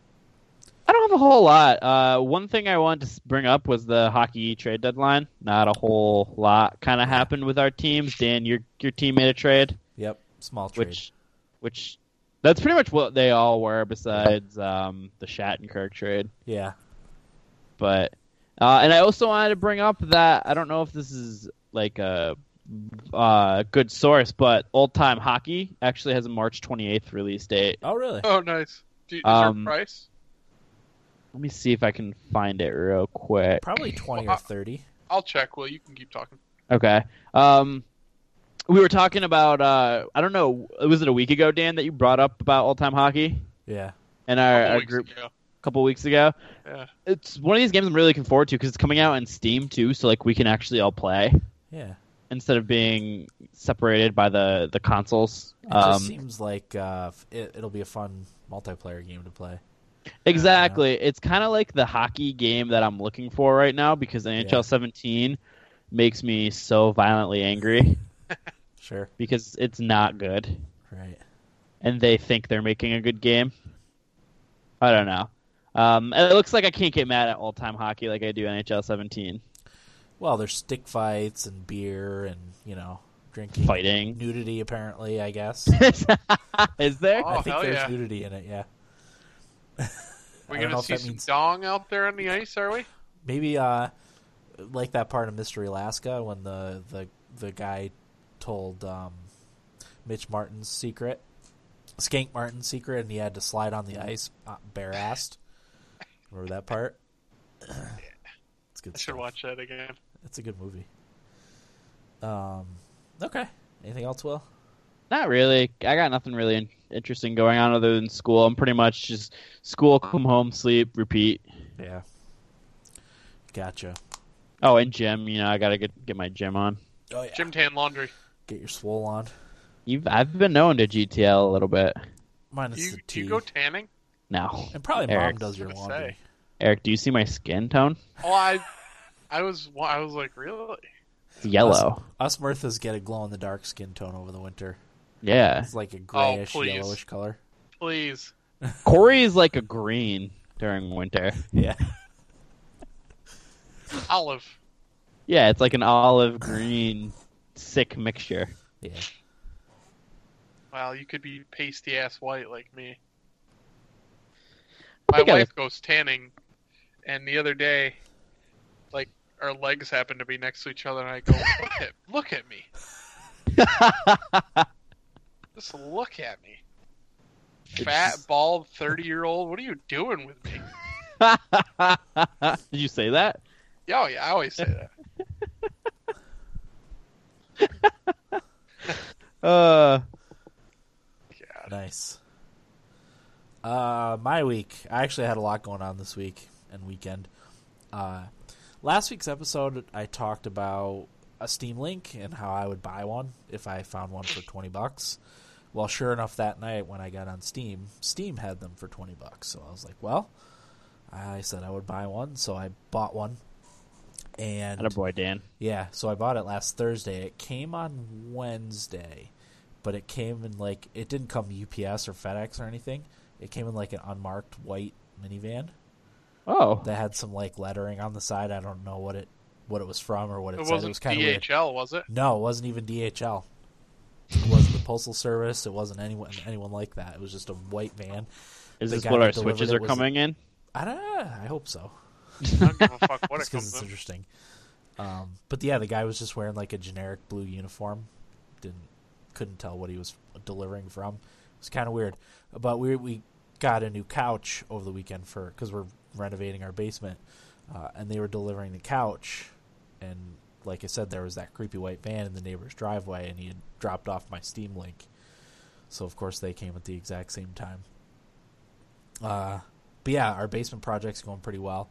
Speaker 3: I don't have a whole lot. Uh, one thing I wanted to s- bring up was the hockey trade deadline. Not a whole lot kind of happened with our teams. Dan, your your team made a trade,
Speaker 1: Yep. Small trade.
Speaker 3: which which that's pretty much what they all were, besides um, the Shattenkirk trade.
Speaker 1: yeah.
Speaker 3: But uh, and I also wanted to bring up that I don't know if this is like a uh, good source, but Old Time Hockey actually has a March 28th release date.
Speaker 1: Oh, really?
Speaker 2: Oh, nice. Do, is
Speaker 3: Um,
Speaker 2: there a price?
Speaker 3: Let me see if I can find it real quick.
Speaker 1: Probably twenty
Speaker 2: Well,
Speaker 1: or
Speaker 2: I-
Speaker 1: thirty.
Speaker 2: I'll check. Will you can keep talking.
Speaker 3: Okay. Um, we were talking about uh, I don't know, was it a week ago, Dan, that you brought up about all time hockey
Speaker 1: Yeah.
Speaker 3: in our,
Speaker 2: Couple
Speaker 3: our
Speaker 2: weeks
Speaker 3: group
Speaker 2: ago.
Speaker 3: a couple weeks ago?
Speaker 2: Yeah.
Speaker 3: It's one of these games I'm really looking forward to because it's coming out on Steam too, so like we can actually all play
Speaker 1: Yeah.
Speaker 3: instead of being separated by the the consoles.
Speaker 1: It
Speaker 3: Um,
Speaker 1: just seems like uh, f- it, it'll be a fun multiplayer game to play.
Speaker 3: Exactly. It's kind of like the hockey game that I'm looking for right now because NHL 17 makes me so violently angry
Speaker 1: Sure.
Speaker 3: because it's not good.
Speaker 1: Right.
Speaker 3: and they think they're making a good game. I don't know. Um, and it looks like I can't get mad at all time hockey like I do NHL 17.
Speaker 1: Well, there's stick fights and beer and you know drinking,
Speaker 3: Fighting.
Speaker 1: nudity. Apparently, I guess.
Speaker 3: Is there?
Speaker 2: Oh,
Speaker 1: I think
Speaker 2: hell
Speaker 1: there's
Speaker 2: yeah.
Speaker 1: nudity in it. Yeah.
Speaker 2: We're
Speaker 1: I don't know
Speaker 2: gonna
Speaker 1: if
Speaker 2: see
Speaker 1: that
Speaker 2: some
Speaker 1: means-
Speaker 2: dong out there on the ice, are we?
Speaker 1: Maybe uh, like that part of Mystery Alaska when the the the guy told um, Mitch Martin's secret, Skank Martin's secret, and he had to slide on the ice uh, bare-assed. Remember that part? it's good.
Speaker 2: I should
Speaker 1: stuff.
Speaker 2: watch that again.
Speaker 1: It's a good movie. Um. Okay. Anything else, Will?
Speaker 3: Not really. I got nothing really in- interesting going on other than school. I'm pretty much just school, come home, sleep, repeat.
Speaker 1: Yeah. Gotcha.
Speaker 3: Oh, and gym. You know, I gotta get get my gym on.
Speaker 1: Oh yeah.
Speaker 2: Jim Tan Laundry.
Speaker 1: Get your swole on.
Speaker 3: You've I've been known to GTL a little bit
Speaker 1: Minus
Speaker 2: Do you,
Speaker 1: the
Speaker 2: do
Speaker 1: tea.
Speaker 2: you go tanning?
Speaker 3: now.
Speaker 1: and probably mom
Speaker 3: Eric's
Speaker 1: does your
Speaker 2: gonna
Speaker 1: laundry.
Speaker 2: say.
Speaker 3: Eric, do you see my skin tone?
Speaker 2: Oh, I, I was, wa- I was like, really?
Speaker 3: It's yellow.
Speaker 1: Us Mirthas get a glow in the dark skin tone over the winter.
Speaker 3: Yeah.
Speaker 1: It's like a grayish,
Speaker 2: Oh, please.
Speaker 1: yellowish color.
Speaker 2: Please.
Speaker 3: Corey's like a green during winter.
Speaker 1: Yeah.
Speaker 2: Olive.
Speaker 3: Yeah, it's like an olive green sick mixture.
Speaker 1: Yeah.
Speaker 2: Wow, you could be pasty ass white like me.
Speaker 3: I
Speaker 2: My
Speaker 3: think I
Speaker 2: wife goes tanning, and the other day, like our legs happen to be next to each other, and I go, "Look at, look at me! Just look at me, fat, bald, thirty-year-old. What are you doing with me?"
Speaker 3: Did you say that?
Speaker 2: Yeah, oh, yeah, I always say that.
Speaker 3: Uh,
Speaker 2: God.
Speaker 1: Nice. Uh, my week. I actually had a lot going on this week and weekend. Uh, last week's episode, I talked about a Steam Link and how I would buy one if I found one for twenty bucks. Well, sure enough, that night when I got on Steam, Steam had them for twenty bucks. So I was like, "Well, I said I would buy one, so I bought one. And
Speaker 3: Atta boy, Dan.
Speaker 1: yeah, so I bought it last Thursday. It came on Wednesday, but it came in like it didn't come UPS or FedEx or anything. It came in like an unmarked white minivan
Speaker 3: Oh,
Speaker 1: that had some like lettering on the side. I don't know what it what it was from or what it,
Speaker 2: It
Speaker 1: said.
Speaker 2: wasn't
Speaker 1: It was kind of weird.
Speaker 2: DHL, was it?
Speaker 1: No, it wasn't even DHL. It wasn't the postal service. It wasn't anyone anyone like that. It was just a white van.
Speaker 3: is
Speaker 1: the
Speaker 3: this
Speaker 1: guy
Speaker 3: what
Speaker 1: that
Speaker 3: our
Speaker 1: delivered
Speaker 3: switches
Speaker 1: it
Speaker 3: are
Speaker 1: was-
Speaker 3: coming in?
Speaker 1: I don't. I hope so.
Speaker 2: I don't give a fuck what it
Speaker 1: Just because
Speaker 2: comes
Speaker 1: it's
Speaker 2: in.
Speaker 1: interesting. Um, but yeah, the guy was just wearing like a generic blue uniform. Didn't couldn't tell what he was delivering from. It was kind of weird. But we we got a new couch over the weekend for because we're renovating our basement, uh, and they were delivering the couch. And like I said, there was that creepy white van in the neighbor's driveway, and he had dropped off my Steam Link. So of course they came at the exact same time. Uh, but yeah, our basement project's going pretty well.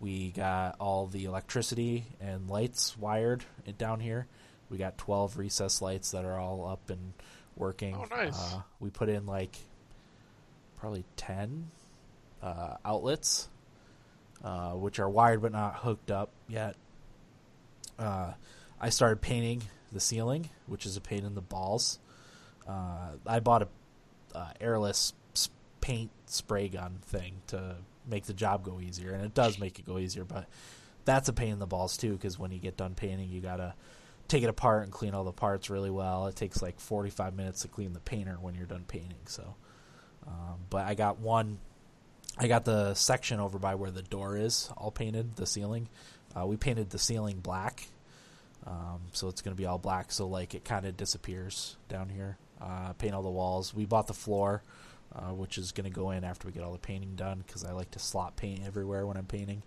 Speaker 1: We got all the electricity and lights wired it- down here. We got 12 recess lights that are all up and working.
Speaker 2: Oh, nice.
Speaker 1: Uh, we put in like probably 10 uh, outlets, uh, which are wired but not hooked up yet. Uh, I started painting the ceiling, which is a pain in the balls. Uh, I bought a uh, airless s- paint spray gun thing to make the job go easier, and it does make it go easier. But that's a pain in the balls too, because when you get done painting, you gotta take it apart and clean all the parts really well. It takes like forty-five minutes to clean the painter when you're done painting. So, um, but I got one. I got the section over by where the door is all painted. The ceiling, uh, we painted the ceiling black, um, so it's going to be all black. So like it kind of disappears down here. Uh, paint all the walls. We bought the floor, uh, which is going to go in after we get all the painting done because I like to slot paint everywhere when I'm painting.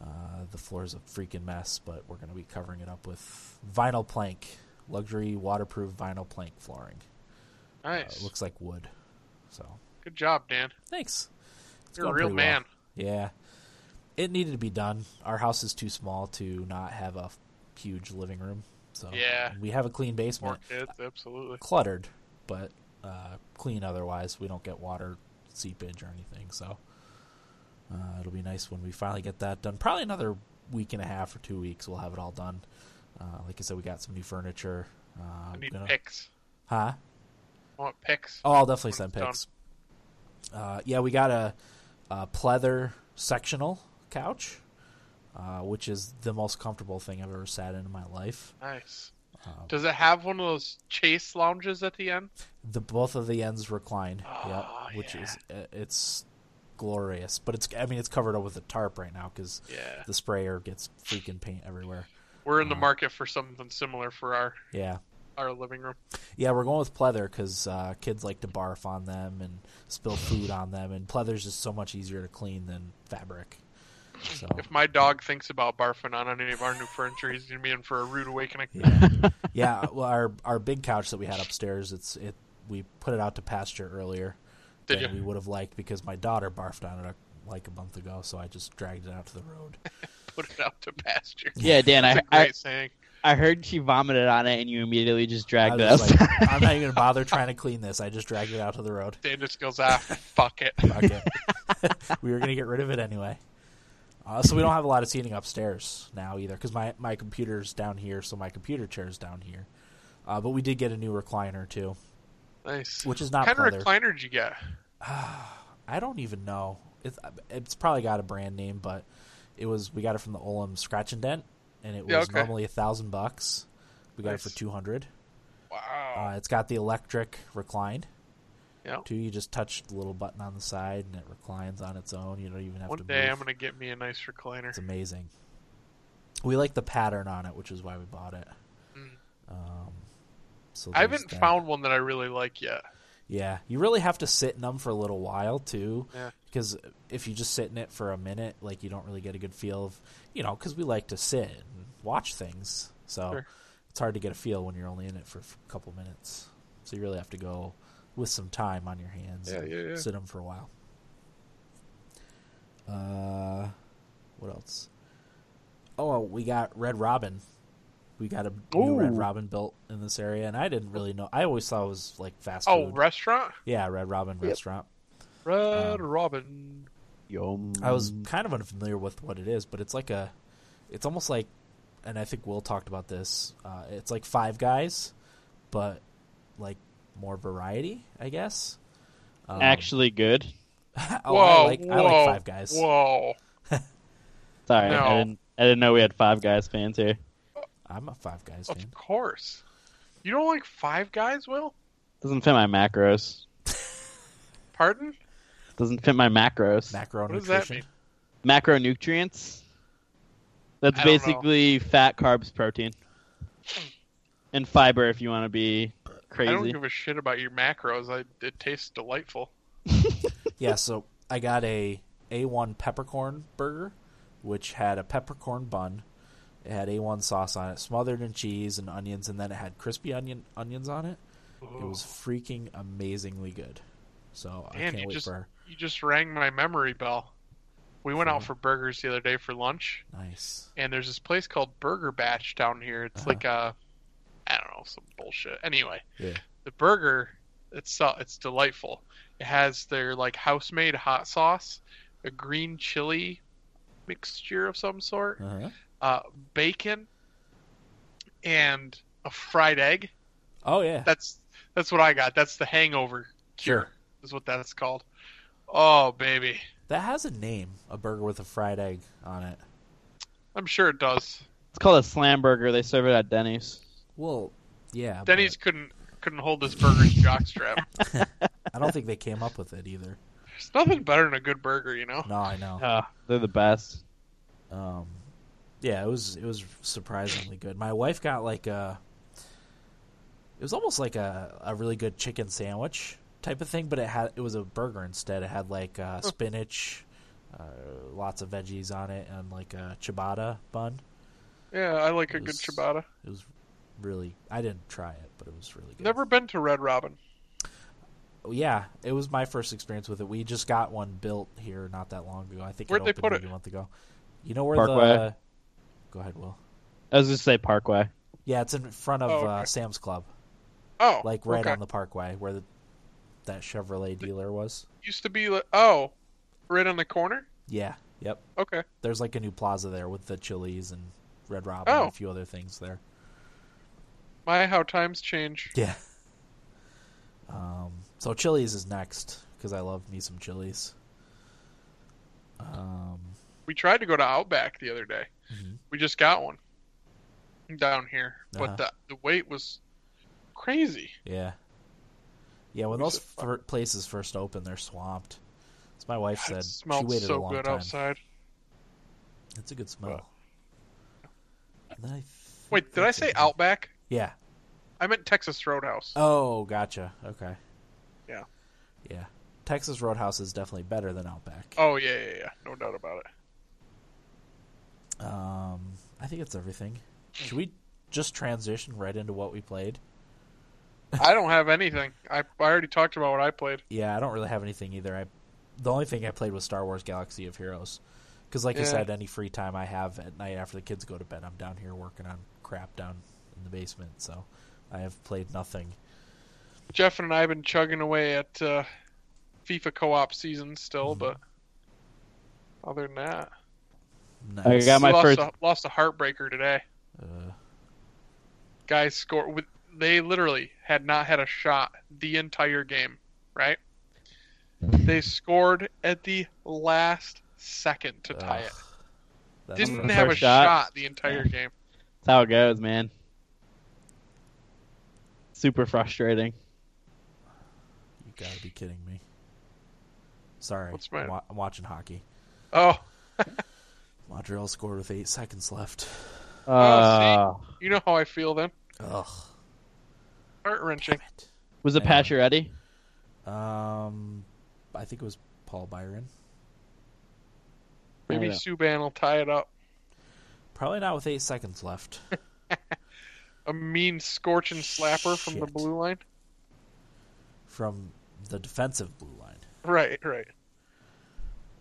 Speaker 1: Uh, the floor is a freaking mess, but we're going to be covering it up with vinyl plank, luxury waterproof vinyl plank flooring. Uh,
Speaker 2: Nice.
Speaker 1: it looks like wood. So
Speaker 2: Good job, Dan.
Speaker 1: thanks. It's
Speaker 2: You're a
Speaker 1: going
Speaker 2: real
Speaker 1: pretty well.
Speaker 2: man.
Speaker 1: Yeah. It needed to be done. Our house is too small to not have a f- huge living room. So
Speaker 2: Yeah.
Speaker 1: we have a clean basement.
Speaker 2: More kids, absolutely.
Speaker 1: Cluttered, but uh, clean otherwise. We don't get water seepage or anything. So uh, it'll be nice when we finally get that done. Probably another week and a half or two weeks, we'll have it all done. Uh, like I said, we got some new furniture. Uh,
Speaker 2: I need
Speaker 1: gonna-
Speaker 2: picks.
Speaker 1: Huh?
Speaker 2: I want picks.
Speaker 1: Oh, I'll definitely send
Speaker 2: When it's
Speaker 1: pics. Uh, yeah, we got a, a pleather sectional couch, uh, which is the most comfortable thing I've ever sat in in my life.
Speaker 2: Nice.
Speaker 1: Um,
Speaker 2: Does it have one of those chase lounges at the end?
Speaker 1: The both of the ends recline.
Speaker 2: Oh,
Speaker 1: yep, which
Speaker 2: yeah.
Speaker 1: is uh, it's glorious, but it's I mean it's covered up with a tarp right now because
Speaker 2: Yeah.
Speaker 1: the sprayer gets freaking paint everywhere.
Speaker 2: We're in the
Speaker 1: Uh,
Speaker 2: market for something similar for our
Speaker 1: Yeah.
Speaker 2: our living room.
Speaker 1: Yeah, we're going with pleather because uh, kids like to barf on them and spill food on them, and pleather's just so much easier to clean than fabric. So
Speaker 2: If my dog thinks about barfing on any of our new furniture, he's gonna be in for a rude awakening.
Speaker 1: Yeah. yeah. Well, our our big couch that we had upstairs, it's it we put it out to pasture earlier
Speaker 2: Did
Speaker 1: than
Speaker 2: you?
Speaker 1: we would have liked because my daughter barfed on it a, like a month ago, so I just dragged it out to the road.
Speaker 2: Put it out to pasture.
Speaker 3: Yeah, Dan,
Speaker 2: That's
Speaker 3: I,
Speaker 2: a
Speaker 3: I
Speaker 2: great saying.
Speaker 3: I heard she vomited on it, and you immediately just
Speaker 1: I
Speaker 3: dragged it
Speaker 1: was
Speaker 3: outside.
Speaker 1: like, I'm not even gonna bother trying to clean this. I just dragged it out to the road.
Speaker 2: Dan just goes, ah, fuck it.
Speaker 1: Fuck it. we were gonna get rid of it anyway. Uh, so we don't have a lot of seating upstairs now either, because my my computer's down here, so my computer chair's down here. Uh, but we did get a new recliner too,
Speaker 2: Nice.
Speaker 1: which is
Speaker 2: What
Speaker 1: not
Speaker 2: kind of
Speaker 1: pleather.
Speaker 2: recliner did you get?
Speaker 1: I don't even know. It's it's probably got a brand name, but it was we got it from the Olam Scratch and Dent, and it was
Speaker 2: Yeah, okay.
Speaker 1: normally a thousand bucks. We got it
Speaker 2: Nice.
Speaker 1: for two hundred.
Speaker 2: Wow.
Speaker 1: Uh, it's got the electric recline
Speaker 2: yeah.
Speaker 1: too. You just touch the little button on the side, and it reclines on its own. You don't even have
Speaker 2: One
Speaker 1: to.
Speaker 2: day
Speaker 1: move.
Speaker 2: I'm gonna get me a nice recliner.
Speaker 1: It's amazing. We like the pattern on it, which is why we bought it.
Speaker 2: Mm.
Speaker 1: Um, so
Speaker 2: I
Speaker 1: there's
Speaker 2: haven't
Speaker 1: that.
Speaker 2: found one that I really like yet.
Speaker 1: Yeah, you really have to sit in them for a little while too,
Speaker 2: Yeah.
Speaker 1: because if you just sit in it for a minute, like you don't really get a good feel of, you know, because we like to sit and watch things, so
Speaker 2: Sure.
Speaker 1: it's hard to get a feel when you're only in it for a couple minutes. So you really have to go with some time on your hands.
Speaker 2: Yeah,
Speaker 1: and
Speaker 2: yeah, yeah.
Speaker 1: Sit them for a while. Uh, what else? Oh, we got Red Robin. We got a new
Speaker 3: Ooh.
Speaker 1: Red Robin built in this area, and I didn't really know. I always thought it was like fast
Speaker 2: Oh,
Speaker 1: food.
Speaker 2: restaurant?
Speaker 1: Yeah, Red Robin restaurant.
Speaker 2: Red
Speaker 1: Um,
Speaker 2: Robin.
Speaker 3: Yum.
Speaker 1: I was kind of unfamiliar with what it is, but it's like a, it's almost like, and I think Will talked about this. Uh, it's like Five Guys, but like more variety, I guess. Um,
Speaker 3: actually good.
Speaker 1: oh,
Speaker 2: whoa,
Speaker 1: I like,
Speaker 2: whoa,
Speaker 1: I like Five Guys.
Speaker 2: Whoa.
Speaker 3: Sorry,
Speaker 2: No.
Speaker 3: I didn't. I didn't know we had Five Guys fans here.
Speaker 1: I'm a Five Guys fan.
Speaker 2: Of course. You don't like Five Guys, Will?
Speaker 3: Doesn't fit my macros.
Speaker 2: Pardon?
Speaker 3: Doesn't fit my macros.
Speaker 1: Macro
Speaker 2: What does
Speaker 1: nutrition.
Speaker 2: that mean?
Speaker 3: Macronutrients. That's
Speaker 2: I don't know.
Speaker 3: basically fat, carbs, protein, and fiber. If you want to be
Speaker 2: I don't
Speaker 3: crazy,
Speaker 2: give a shit about your macros. I, it tastes delightful.
Speaker 1: Yeah, so I got a A1 peppercorn burger, which had a peppercorn bun. It had A1 sauce on it, smothered in cheese and onions, and then it had crispy onion onions on it. It was
Speaker 2: Oh.
Speaker 1: freaking amazingly good. So I
Speaker 2: Man,
Speaker 1: can't
Speaker 2: you
Speaker 1: wait
Speaker 2: just-
Speaker 1: for
Speaker 2: You just rang my memory bell. We went out
Speaker 1: Fun.
Speaker 2: for burgers the other day for lunch,
Speaker 1: nice.
Speaker 2: and there's this place called Burger Batch down here. It's
Speaker 1: Uh-huh.
Speaker 2: like a, I don't know, some bullshit. Anyway,
Speaker 1: Yeah.
Speaker 2: the burger, it's uh, it's delightful. It has their like house made hot sauce, a green chili mixture of some sort,
Speaker 1: Uh-huh.
Speaker 2: uh, bacon, and a fried egg.
Speaker 1: Oh yeah,
Speaker 2: That's that's what I got. That's the hangover cure.
Speaker 1: Sure.
Speaker 2: Is what that's called. Oh baby,
Speaker 1: that has a name. A burger with a fried egg on it.
Speaker 2: I'm sure it does.
Speaker 3: it's called a slam burger. They serve it at Denny's.
Speaker 1: Well, yeah. but
Speaker 2: Denny's couldn't couldn't hold this burger's jockstrap.
Speaker 1: I don't think they came up with it either.
Speaker 2: There's nothing better than a good burger, you know.
Speaker 1: No, I know.
Speaker 3: Ah, they're the best.
Speaker 1: Um, yeah, it was it was surprisingly good. My wife got like a, it was almost like a, a really good chicken sandwich type of thing, but it had it was a burger instead. It had like uh,
Speaker 2: Oh.
Speaker 1: spinach, uh, lots of veggies on it, and like a ciabatta bun.
Speaker 2: Yeah, I like a good
Speaker 1: Yes.
Speaker 2: ciabatta.
Speaker 1: It was really I didn't try it, but it was really good. Oh,
Speaker 2: Never been to Red Robin.
Speaker 1: Yeah, it was my first experience with it. We just got one built here not that long ago. I think
Speaker 2: Where'd
Speaker 1: it
Speaker 2: they
Speaker 1: opened
Speaker 2: put
Speaker 1: maybe
Speaker 2: it?
Speaker 1: a month ago. You know where
Speaker 3: Parkway?
Speaker 1: the? Go ahead, Will.
Speaker 3: I was just say Parkway.
Speaker 1: Yeah, it's in front of
Speaker 2: Oh, okay.
Speaker 1: uh, Sam's Club.
Speaker 2: Oh,
Speaker 1: like right
Speaker 2: okay.
Speaker 1: on the parkway where the, that Chevrolet dealer was.
Speaker 2: used to be. Like, oh, right on the corner.
Speaker 1: Yeah, yep.
Speaker 2: Okay,
Speaker 1: There's like a new plaza there with the Chili's and Red Robin and
Speaker 2: Oh.
Speaker 1: a few other things there.
Speaker 2: my how times change.
Speaker 1: Yeah. Um, so Chili's is next because I love me some Chili's. Um,
Speaker 2: We tried to go to Outback the other day.
Speaker 1: Mhm.
Speaker 2: We just got one down here,
Speaker 1: Uh-huh.
Speaker 2: but the the wait was crazy.
Speaker 1: yeah, yeah. When
Speaker 2: We
Speaker 1: those
Speaker 2: should-
Speaker 1: fir- places first open, they're swamped. As my wife
Speaker 2: God, it
Speaker 1: said, she
Speaker 2: smelled
Speaker 1: waited
Speaker 2: so
Speaker 1: a long
Speaker 2: good
Speaker 1: time.
Speaker 2: outside.
Speaker 1: It's a good smell. And then I think
Speaker 2: Wait, did I
Speaker 1: that's
Speaker 2: say
Speaker 1: it.
Speaker 2: Outback?
Speaker 1: Yeah.
Speaker 2: I meant Texas Roadhouse.
Speaker 1: Oh, gotcha. Okay.
Speaker 2: Yeah.
Speaker 1: Yeah. Texas Roadhouse is definitely better than Outback.
Speaker 2: oh yeah, yeah, yeah, no doubt about it.
Speaker 1: Um, I think it's everything. Should we just transition right into what we played?
Speaker 2: I don't have anything. I, I already talked about what I played.
Speaker 1: Yeah, I don't really have anything either. I the only thing I played was Star Wars Galaxy of Heroes. Cuz like I
Speaker 2: Yeah.
Speaker 1: said any free time I have at night after the kids go to bed, I'm down here working on crap down in the basement, so I have played nothing.
Speaker 2: Jeff and I have been chugging away at uh, FIFA co-op season still,
Speaker 1: Mhm.
Speaker 2: but other than that,
Speaker 1: Nice.
Speaker 3: got my-
Speaker 2: lost,
Speaker 3: first-
Speaker 2: a, lost a heartbreaker today.
Speaker 1: uh,
Speaker 2: Guys score with they literally had not had a shot the entire game, right? They scored at the last second to tie
Speaker 1: ugh.
Speaker 2: it.
Speaker 1: That's
Speaker 2: Didn't
Speaker 3: the
Speaker 2: have a
Speaker 3: first shot.
Speaker 2: shot. the entire game.
Speaker 3: That's how it goes, man. Super frustrating.
Speaker 1: You gotta be kidding me. Sorry,
Speaker 2: What's my-
Speaker 1: I'm, wa- I'm watching hockey.
Speaker 2: Oh,
Speaker 1: Montreal scored with eight seconds left.
Speaker 3: Uh,
Speaker 2: Oh, you know how I feel then.
Speaker 1: Ugh,
Speaker 2: Heart wrenching.
Speaker 1: damn it.
Speaker 3: was it
Speaker 1: Anyway.
Speaker 3: Pacioretty?
Speaker 1: Um, I think it was Paul Byron.
Speaker 2: Maybe
Speaker 3: Yeah.
Speaker 2: Subban will tie it up.
Speaker 1: Probably not with eight seconds left.
Speaker 2: A mean scorching slapper from the
Speaker 1: Shit.
Speaker 2: blue line.
Speaker 1: From the defensive blue line.
Speaker 2: Right, right.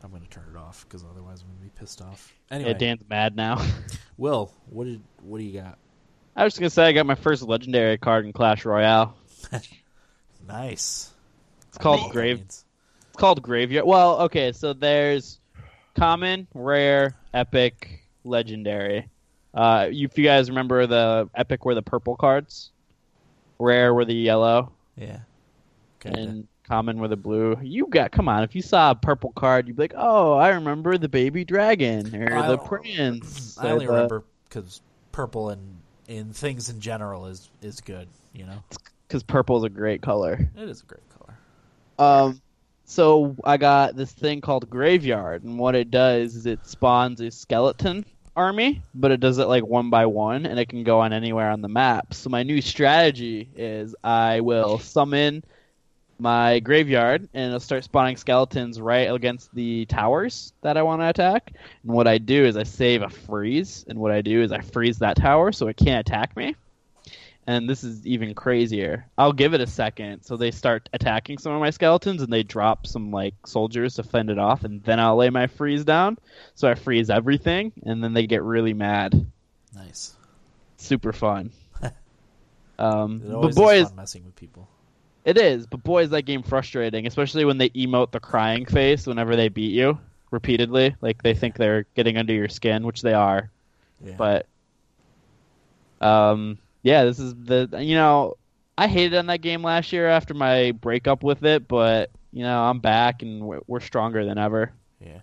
Speaker 1: I'm gonna turn it off because otherwise I'm gonna be pissed off. Anyway,
Speaker 3: Yeah, Dan's mad now.
Speaker 1: Will, what did what do you got?
Speaker 3: I was just gonna say I got my first legendary card in Clash Royale.
Speaker 1: Nice.
Speaker 3: It's called
Speaker 1: I don't know what that
Speaker 3: Grave.
Speaker 1: means.
Speaker 3: It's it's called graveyard. Well, okay, so there's common, rare, epic, legendary. Uh, you- if you guys remember, the epic were the purple cards, rare were the yellow,
Speaker 1: Yeah.
Speaker 3: and common were the blue. You got come on. If you saw a purple card, you'd be like, "Oh, I remember the baby dragon or
Speaker 1: I
Speaker 3: the
Speaker 1: don't-
Speaker 3: prince." Uh,
Speaker 1: I
Speaker 3: or
Speaker 1: only
Speaker 3: the-
Speaker 1: remember because purple and in things in general is is good. You know,
Speaker 3: because purple's a great color.
Speaker 1: it is a great color.
Speaker 3: Um, so I got this thing called Graveyard, and what it does is it spawns a skeleton army, but it does it like one by one, and it can go on anywhere on the map. So my new strategy is I will summon my graveyard and it'll start spawning skeletons right against the towers that I want to attack. And what I do is I save a freeze, and what I do is I freeze that tower so it can't attack me and this is even crazier. I'll give it a second. So they start attacking some of my skeletons, and they drop some like soldiers to fend it off, and then I'll lay my freeze down. So I freeze everything, and then they get really mad.
Speaker 1: Nice.
Speaker 3: Super fun. um,
Speaker 1: It
Speaker 3: but
Speaker 1: always
Speaker 3: boy,
Speaker 1: is
Speaker 3: is,
Speaker 1: fun messing with people.
Speaker 3: it is. But boy, is that game frustrating, especially when they emote the crying face whenever they beat you repeatedly. Like they think they're getting under your skin, which they are
Speaker 1: Yeah.
Speaker 3: but um yeah this is the you know i hated on that game last year after my breakup with it but you know i'm back and we're, we're stronger than ever
Speaker 1: yeah,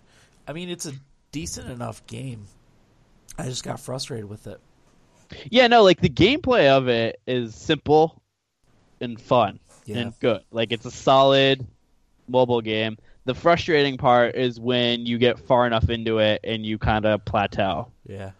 Speaker 1: I mean it's a decent enough game. I just got frustrated with it.
Speaker 3: yeah no like the gameplay of it is simple and fun
Speaker 1: Yeah.
Speaker 3: and good like it's a solid mobile game the frustrating part is when you get far enough into it and you kind of plateau
Speaker 1: Yeah.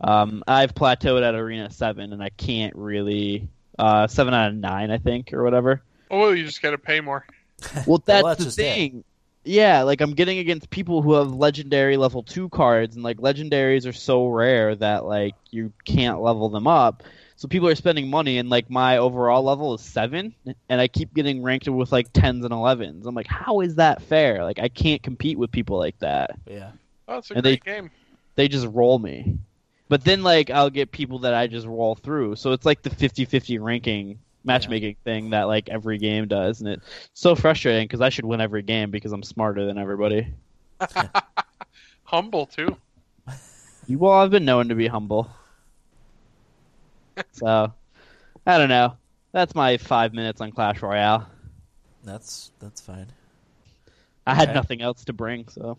Speaker 3: Um, I've plateaued at Arena Seven, and I can't really uh, seven out of nine, I think, or whatever.
Speaker 2: Oh, you just gotta pay more.
Speaker 3: Well, that's,
Speaker 1: Well, that's
Speaker 3: the
Speaker 1: just it.
Speaker 3: thing. Yeah, like I'm getting against people who have legendary level two cards, and like legendaries are so rare that like you can't level them up. So people are spending money, and like my overall level is seven, and I keep getting ranked with like tens and elevens. I'm like, how is that fair? Like I can't compete with people like that.
Speaker 1: Yeah.
Speaker 2: Oh, it's a
Speaker 3: And they-
Speaker 2: great game.
Speaker 3: they just roll me. But then like I'll get people that I just roll through. So it's like the 50-50 ranking matchmaking thing that like every game does and it's so frustrating cuz I should win every game because I'm smarter than everybody.
Speaker 2: Humble too.
Speaker 3: You all have been known to be humble. so I don't know. That's my 5 minutes on Clash Royale.
Speaker 1: That's that's fine.
Speaker 3: I had
Speaker 1: Okay.
Speaker 3: nothing else to bring, so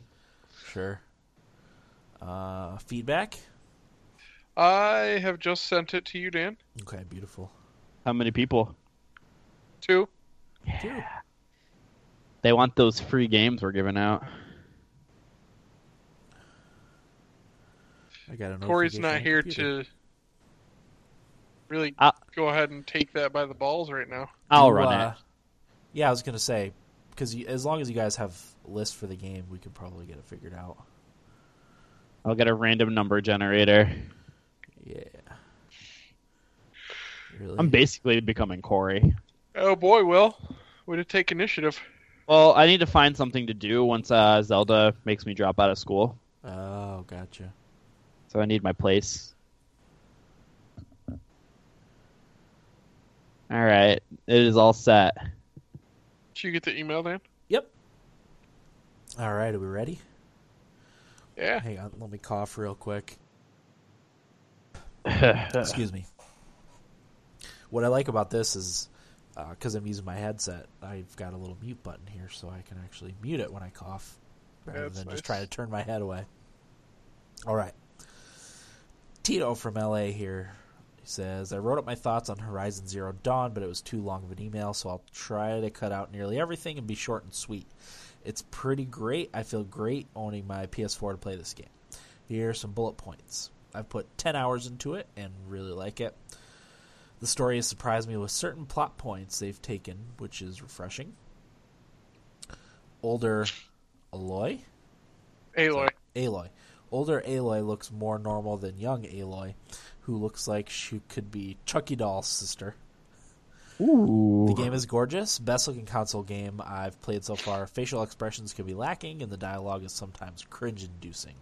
Speaker 1: Sure. Uh, feedback.
Speaker 2: I have just sent it to you, Dan.
Speaker 1: Okay. Beautiful.
Speaker 3: how many people?
Speaker 2: Two.
Speaker 1: Dude.
Speaker 3: They want those free games we're giving out.
Speaker 1: I got a
Speaker 2: Corey's
Speaker 1: notification on
Speaker 2: not
Speaker 1: the
Speaker 2: here
Speaker 1: computer.
Speaker 2: to really
Speaker 3: Uh,
Speaker 2: go ahead and take that by the balls right now.
Speaker 3: I'll
Speaker 1: You,
Speaker 3: run
Speaker 1: uh,
Speaker 3: it.
Speaker 1: Yeah, I was gonna say because as long as you guys have lists for the game, we could probably get it figured out.
Speaker 3: I'll get a random number generator.
Speaker 1: Yeah. Really?
Speaker 3: I'm basically becoming Corey.
Speaker 2: Oh boy, Will, way to take initiative.
Speaker 3: Well, I need to find something to do once uh, Zelda makes me drop out of school,
Speaker 1: oh, gotcha.
Speaker 3: so I need my place. All right, it is all set.
Speaker 2: Did you get the email, Dan?
Speaker 1: Yep. All right, are we ready?
Speaker 2: Yeah.
Speaker 1: Hang on, let me cough real quick. Excuse me. What I like about this is because Uh, I'm using my headset, I've got a little mute button here, so I can actually mute it when I cough, rather
Speaker 2: That's
Speaker 1: than
Speaker 2: nice.
Speaker 1: just try to turn my head away. All right. Tito from LA here. He says, I wrote up my thoughts on Horizon Zero Dawn, but it was too long of an email, so I'll try to cut out nearly everything and be short and sweet. It's pretty great. I feel great owning my PS4 to play this game. Here are some bullet points. I've put 10 hours into it and really like it. The story has surprised me with certain plot points they've taken, which is refreshing. Older Aloy?
Speaker 2: Aloy.
Speaker 1: Aloy. Older Aloy looks more normal than young Aloy, who looks like she could be Chucky Doll's sister.
Speaker 3: Ooh.
Speaker 1: The game is gorgeous, best looking console game I've played so far. Facial expressions can be lacking, and the dialogue is sometimes cringe inducing.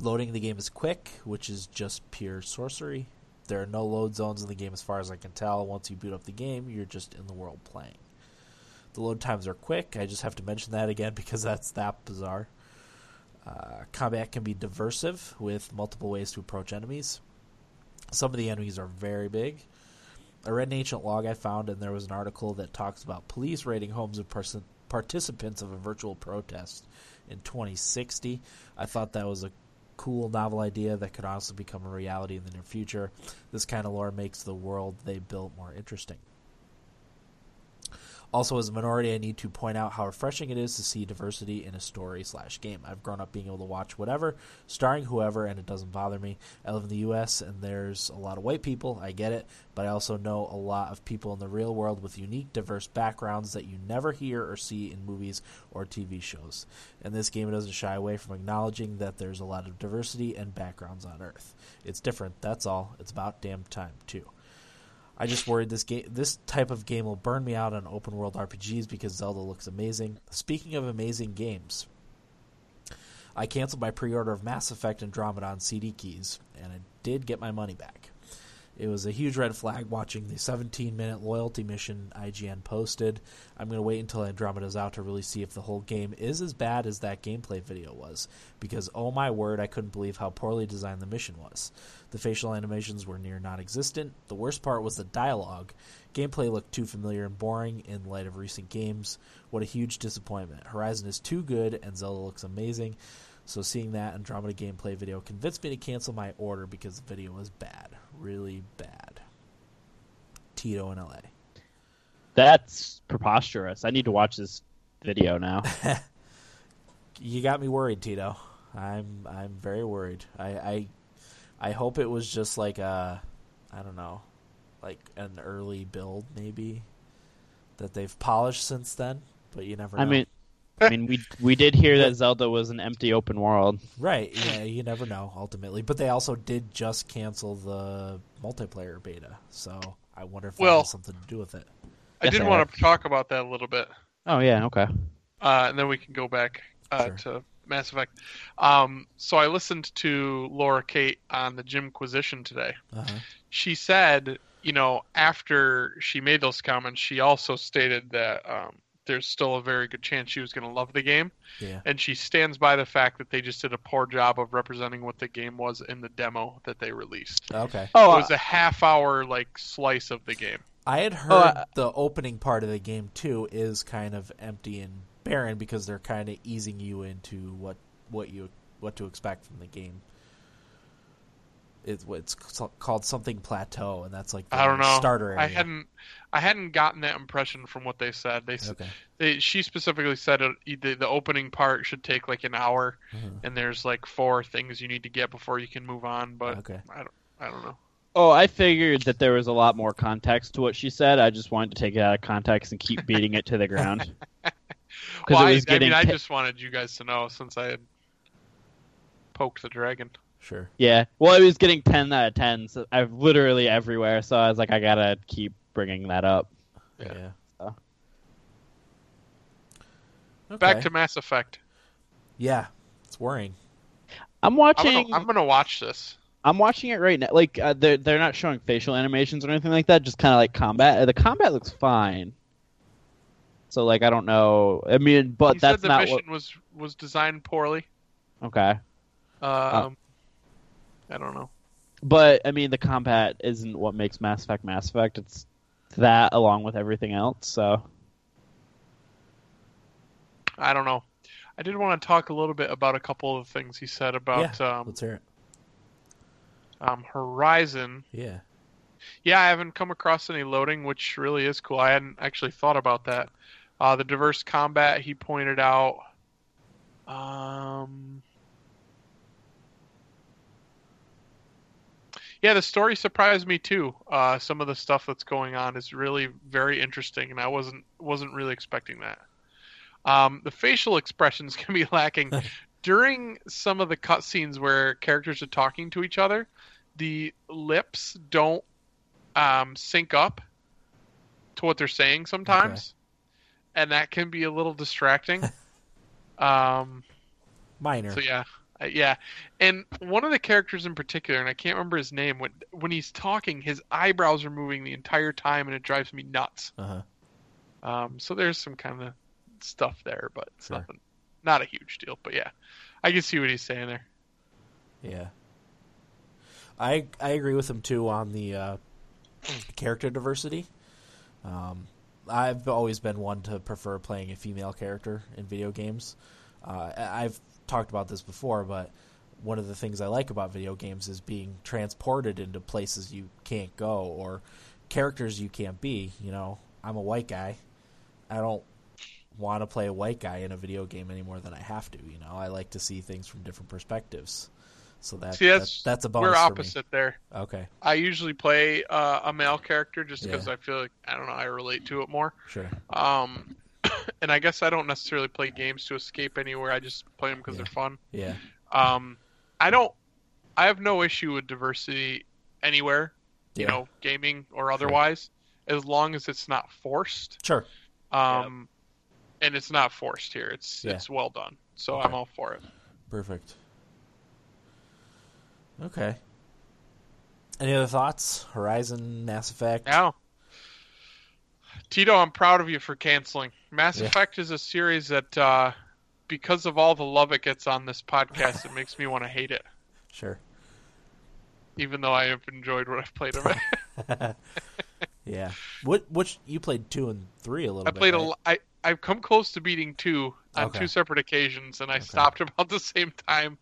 Speaker 1: Loading the game is quick, which is just pure sorcery. There are no load zones in the game as far as I can tell. Once you boot up the game, you're just in the world playing. The load times are quick. I just have to mention that again because that's that bizarre. Uh, combat can be diversive with multiple ways to approach enemies. Some of the enemies are very big. I read an ancient log I found, and there was an article that talks about police raiding homes of pers- participants of a virtual protest in 2060. I thought that was a cool, novel idea that could also become a reality in the near future. This kind of lore makes the world they built more interesting. Also, as a minority, I need to point out how refreshing it is to see diversity in a story slash game. I've grown up being able to watch whatever, starring whoever, and it doesn't bother me. I live in the U.S. and there's a lot of white people. I get it, but I also know a lot of people in the real world with unique, diverse backgrounds that you never hear or see in movies or TV shows. And this game doesn't shy away from acknowledging that there's a lot of diversity and backgrounds on Earth. It's different. That's all. It's about damn time too. I just worried this game, this type of game will burn me out on open world RPGs because Zelda looks amazing. Speaking of amazing games, I canceled my pre-order of Mass Effect Andromeda on CD keys, and I did get my money back. It was a huge red flag watching the 17-minute loyalty mission IGN posted. I'm going to wait until Andromeda's out to really see if the whole game is as bad as that gameplay video was, because oh my word, I couldn't believe how poorly designed the mission was. The facial animations were near non existent. The worst part was the dialogue. Gameplay looked too familiar and boring in light of recent games. What a huge disappointment. Horizon is too good, and Zelda looks amazing. So seeing that Andromeda gameplay video convinced me to cancel my order because the video was bad. Really bad. Tito in LA.
Speaker 3: That's preposterous. I need to watch this video now.
Speaker 1: You got me worried, Tito. I'm I'm very worried. I I, I hope it was just like a I don't know, like an early build maybe that they've polished since then, but you never know.
Speaker 3: I mean, I mean, we we did hear that Zelda was an empty open world.
Speaker 1: Right. Yeah, you never know ultimately. But they also did just cancel the multiplayer beta, so I wonder if that
Speaker 2: Well-
Speaker 1: has something to do with it.
Speaker 2: I
Speaker 3: Yes,
Speaker 2: did
Speaker 3: I
Speaker 2: want to talk about that a little bit.
Speaker 3: Oh yeah, okay.
Speaker 2: uh, and then we can go back uh,
Speaker 1: Sure.
Speaker 2: to Mass Effect. Um, so I listened to Laura Kate on the Jimquisition today.
Speaker 1: Uh-huh.
Speaker 2: She said, you know, after she made those comments, she also stated that um, there's still a very good chance she was going to love the game,
Speaker 1: Yeah.
Speaker 2: and she stands by the fact that they just did a poor job of representing what the game was in the demo that they released.
Speaker 1: Okay.
Speaker 3: Oh,
Speaker 2: it was a half hour like slice of the game.
Speaker 1: I
Speaker 2: Oh,
Speaker 1: had heard
Speaker 3: I-
Speaker 1: the opening part of the game too is kind of empty and barren because they're kind of easing you into what what you what to expect from the game. It, it's c- called something plateau, and that's like the
Speaker 2: I don't know.
Speaker 1: starter area.
Speaker 2: I hadn't, I hadn't gotten that impression from what they said. They, s-
Speaker 1: Okay.
Speaker 2: they she specifically said it, the, the opening part should take like an hour,
Speaker 3: Hmm.
Speaker 1: Mhm.
Speaker 2: and there's like four things you need to get before you can move on. But
Speaker 1: Okay.
Speaker 2: I don't, I don't know.
Speaker 3: oh, I figured that there was a lot more context to what she said. I just wanted to take it out of context and keep beating it to the ground.
Speaker 2: Well,
Speaker 3: it
Speaker 2: I,
Speaker 3: was
Speaker 2: I
Speaker 3: getting
Speaker 2: mean, I
Speaker 3: pi-
Speaker 2: just wanted you guys to know since I had poked the dragon.
Speaker 1: Sure.
Speaker 3: Yeah. Well, it was getting 10 out of 10. So I've literally everywhere. So I was like, I gotta keep bringing that up.
Speaker 2: Yeah.
Speaker 1: Yeah.
Speaker 3: So.
Speaker 2: Back
Speaker 1: Okay.
Speaker 2: to Mass Effect.
Speaker 1: yeah. It's worrying.
Speaker 3: I'm
Speaker 2: I'm
Speaker 3: watching.
Speaker 2: gonna, I'm gonna watch this.
Speaker 3: I'm watching it right now. Like uh, they're they're not showing facial animations or anything like that. Just kind of like combat. Uh, The combat looks fine. So like I don't know. I mean, but
Speaker 2: he said
Speaker 3: that's
Speaker 2: the
Speaker 3: not
Speaker 2: mission was was designed poorly.
Speaker 3: what. Okay.
Speaker 2: Um,
Speaker 3: Oh.
Speaker 2: I don't know.
Speaker 3: But I mean, the combat isn't what makes Mass Effect Mass Effect. It's that along with everything else. So
Speaker 2: I don't know. I did want to talk a little bit about a couple of things he said about
Speaker 1: yeah.
Speaker 2: um,
Speaker 1: Let's hear it.
Speaker 2: um, Horizon.
Speaker 1: Yeah.
Speaker 2: Yeah, I haven't come across any loading, which really is cool. I hadn't actually thought about that. Uh, the diverse combat he pointed out. Um, yeah, the story surprised me too. Uh, some of the stuff that's going on is really very interesting, and I wasn't wasn't really expecting that. Um, the facial expressions can be lacking during some of the cutscenes where characters are talking to each other. The lips don't um, sync up to what they're saying sometimes, and that can be a little distracting. um,
Speaker 1: Minor.
Speaker 2: so yeah, Uh, yeah, and one of the characters in particular, and I can't remember his name. When when he's talking, his eyebrows are moving the entire time, and it drives me nuts.
Speaker 1: Uh huh.
Speaker 2: Um, so there's some kind of stuff there, but it's
Speaker 1: Sure.
Speaker 2: nothing, not a huge deal. But yeah, I can see what he's saying there.
Speaker 1: Yeah. I I agree with him too on the uh, character diversity. Um, I've always been one to prefer playing a female character in video games. Uh, I- I've talked about this before, but one of the things I like about video games is being transported into places you can't go or characters you can't be. You know, I'm a white guy. I don't want to play a white guy in a video game any more than I have to. You know, I like to see things from different perspectives. So that,
Speaker 2: see, that's
Speaker 1: that- that's a bonus.
Speaker 2: We're
Speaker 1: for me.
Speaker 2: opposite there.
Speaker 1: Okay,
Speaker 2: I usually play uh, a male character just because
Speaker 1: Yeah.
Speaker 2: I feel like I don't know I relate to it more.
Speaker 1: sure.
Speaker 2: Um, and I guess I don't necessarily play games to escape anywhere. I just play them because
Speaker 1: Yeah.
Speaker 2: they're fun.
Speaker 1: Yeah,
Speaker 2: Um, I don't. I have no issue with diversity anywhere. You
Speaker 1: Yeah.
Speaker 2: know, gaming or otherwise, as long as it's not forced.
Speaker 1: sure.
Speaker 2: Um, and it's not forced here. It's
Speaker 1: Yeah.
Speaker 2: it's well done. So
Speaker 1: Okay.
Speaker 2: I'm all for it.
Speaker 1: Perfect. Okay. Any other thoughts? Horizon, Mass Effect.
Speaker 2: Now, Tito, I'm proud of you for canceling. Mass
Speaker 1: Yeah.
Speaker 2: Effect is a series that, uh, because of all the love it gets on this podcast, it makes me want to hate it.
Speaker 1: Sure.
Speaker 2: Even though I have enjoyed what I've played of it,
Speaker 1: Yeah. What? Which you played two and three a little
Speaker 2: I
Speaker 1: bit.
Speaker 2: played a
Speaker 1: right?
Speaker 2: l I I've come close to beating two on
Speaker 1: Okay.
Speaker 2: two separate occasions, and I stopped about the same time.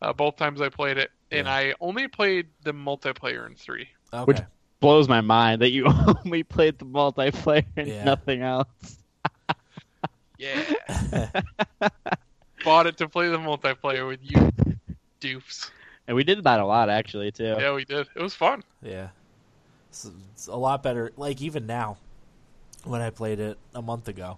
Speaker 2: Uh, both times I played it, and
Speaker 1: Yeah.
Speaker 2: I only played the multiplayer in three.
Speaker 1: Okay.
Speaker 3: Which- Blows my mind that you only played the multiplayer and
Speaker 1: Yeah.
Speaker 3: nothing else.
Speaker 2: Yeah. Bought it to play the multiplayer with you doofs.
Speaker 3: And we did that a lot actually too.
Speaker 2: Yeah, we did. It was fun.
Speaker 1: Yeah. It's, it's a lot better. Like even now, when I played it a month ago,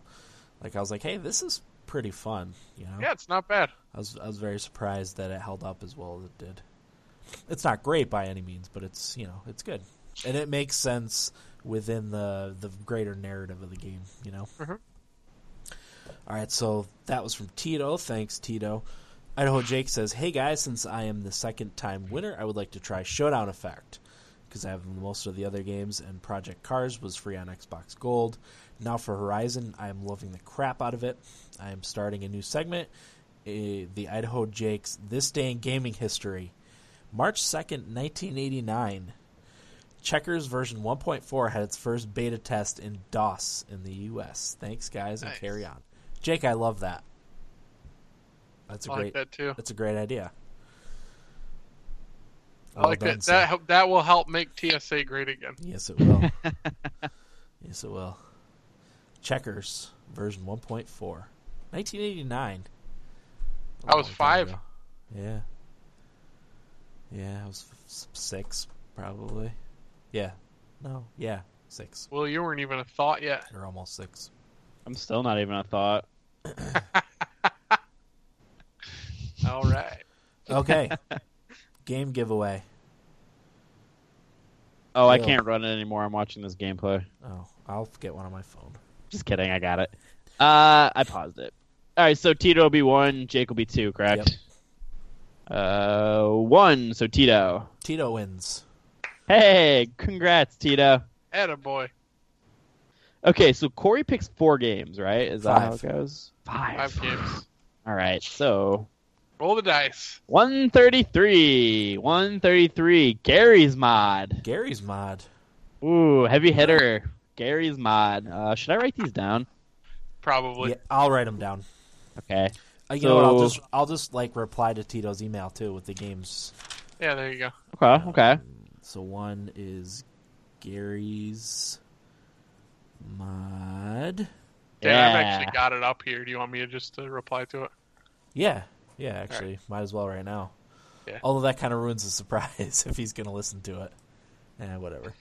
Speaker 1: like I was like, "Hey, this is pretty fun." You know.
Speaker 2: Yeah, it's not bad.
Speaker 1: I was I was very surprised that it held up as well as it did. It's not great by any means, but it's you know it's good, and it makes sense within the the greater narrative of the game. You know.
Speaker 2: Mhm.
Speaker 1: All right, so that was from Tito. Thanks, Tito. Idaho Jake says, "Hey guys, since I am the second time winner, I would like to try Showdown Effect because I have most of the other games, and Project Cars was free on Xbox Gold. Now for Horizon, I am loving the crap out of it. I am starting a new segment, eh, the Idaho Jake's This Day in Gaming History, March second, nineteen eighty nine. Checkers version 1.4 had its first beta test in DOS in the U.S. Thanks, guys, and
Speaker 2: Nice.
Speaker 1: carry on. Jake, I love that. That's a
Speaker 2: I like
Speaker 1: great.
Speaker 2: that too.
Speaker 1: That's a great idea.
Speaker 2: I
Speaker 1: Well
Speaker 2: like
Speaker 1: done,
Speaker 2: that.
Speaker 1: sir.
Speaker 2: That help- that will help make TSA great again.
Speaker 1: Yes, it will. yes, it will. Checkers version 1.4, 1989. A
Speaker 2: I
Speaker 1: long
Speaker 2: was
Speaker 1: time
Speaker 2: five.
Speaker 1: ago. Yeah. Yeah, I was f- s- six probably. Yeah. No. Yeah, six
Speaker 2: Well, you weren't even a thought yet.
Speaker 1: or almost six.
Speaker 3: I'm still not even a thought.
Speaker 2: All right.
Speaker 1: Okay. Game giveaway.
Speaker 3: Oh, I
Speaker 1: Ew.
Speaker 3: can't run it anymore. I'm watching this gameplay.
Speaker 1: Oh, I'll get one on my phone.
Speaker 3: Just kidding. I got it. Uh, I paused it. All right. So Tito will be one. Jake will be two. Correct. Uh, one. So Tito.
Speaker 1: Tito wins.
Speaker 3: Hey, congrats, Tito.
Speaker 2: Attaboy.
Speaker 3: Okay, so Corey picks four games, right? Is that how it
Speaker 1: Five.
Speaker 3: goes? Five.
Speaker 2: Five games.
Speaker 3: All right. So
Speaker 2: Roll the dice.
Speaker 3: 133. 133. Gary's mod.
Speaker 1: Gary's mod.
Speaker 3: Ooh, heavy hitter. Gary's mod. Uh, should I write these down?
Speaker 2: Probably.
Speaker 1: Yeah, I'll write them down.
Speaker 3: Okay.
Speaker 1: Uh, You know what? I'll
Speaker 3: So-
Speaker 1: just I'll just like reply to Tito's email too with the games.
Speaker 2: Yeah, there you go.
Speaker 3: Okay. Okay.
Speaker 1: So one is Gary's mod.
Speaker 2: Dan,
Speaker 3: Yeah.
Speaker 2: I've actually got it up here. Do you want me to just uh, reply to it?
Speaker 1: Yeah, yeah. Actually, might as well right now.
Speaker 2: Yeah.
Speaker 1: Although that kind of ruins the surprise if he's going to listen to it. Eh, whatever.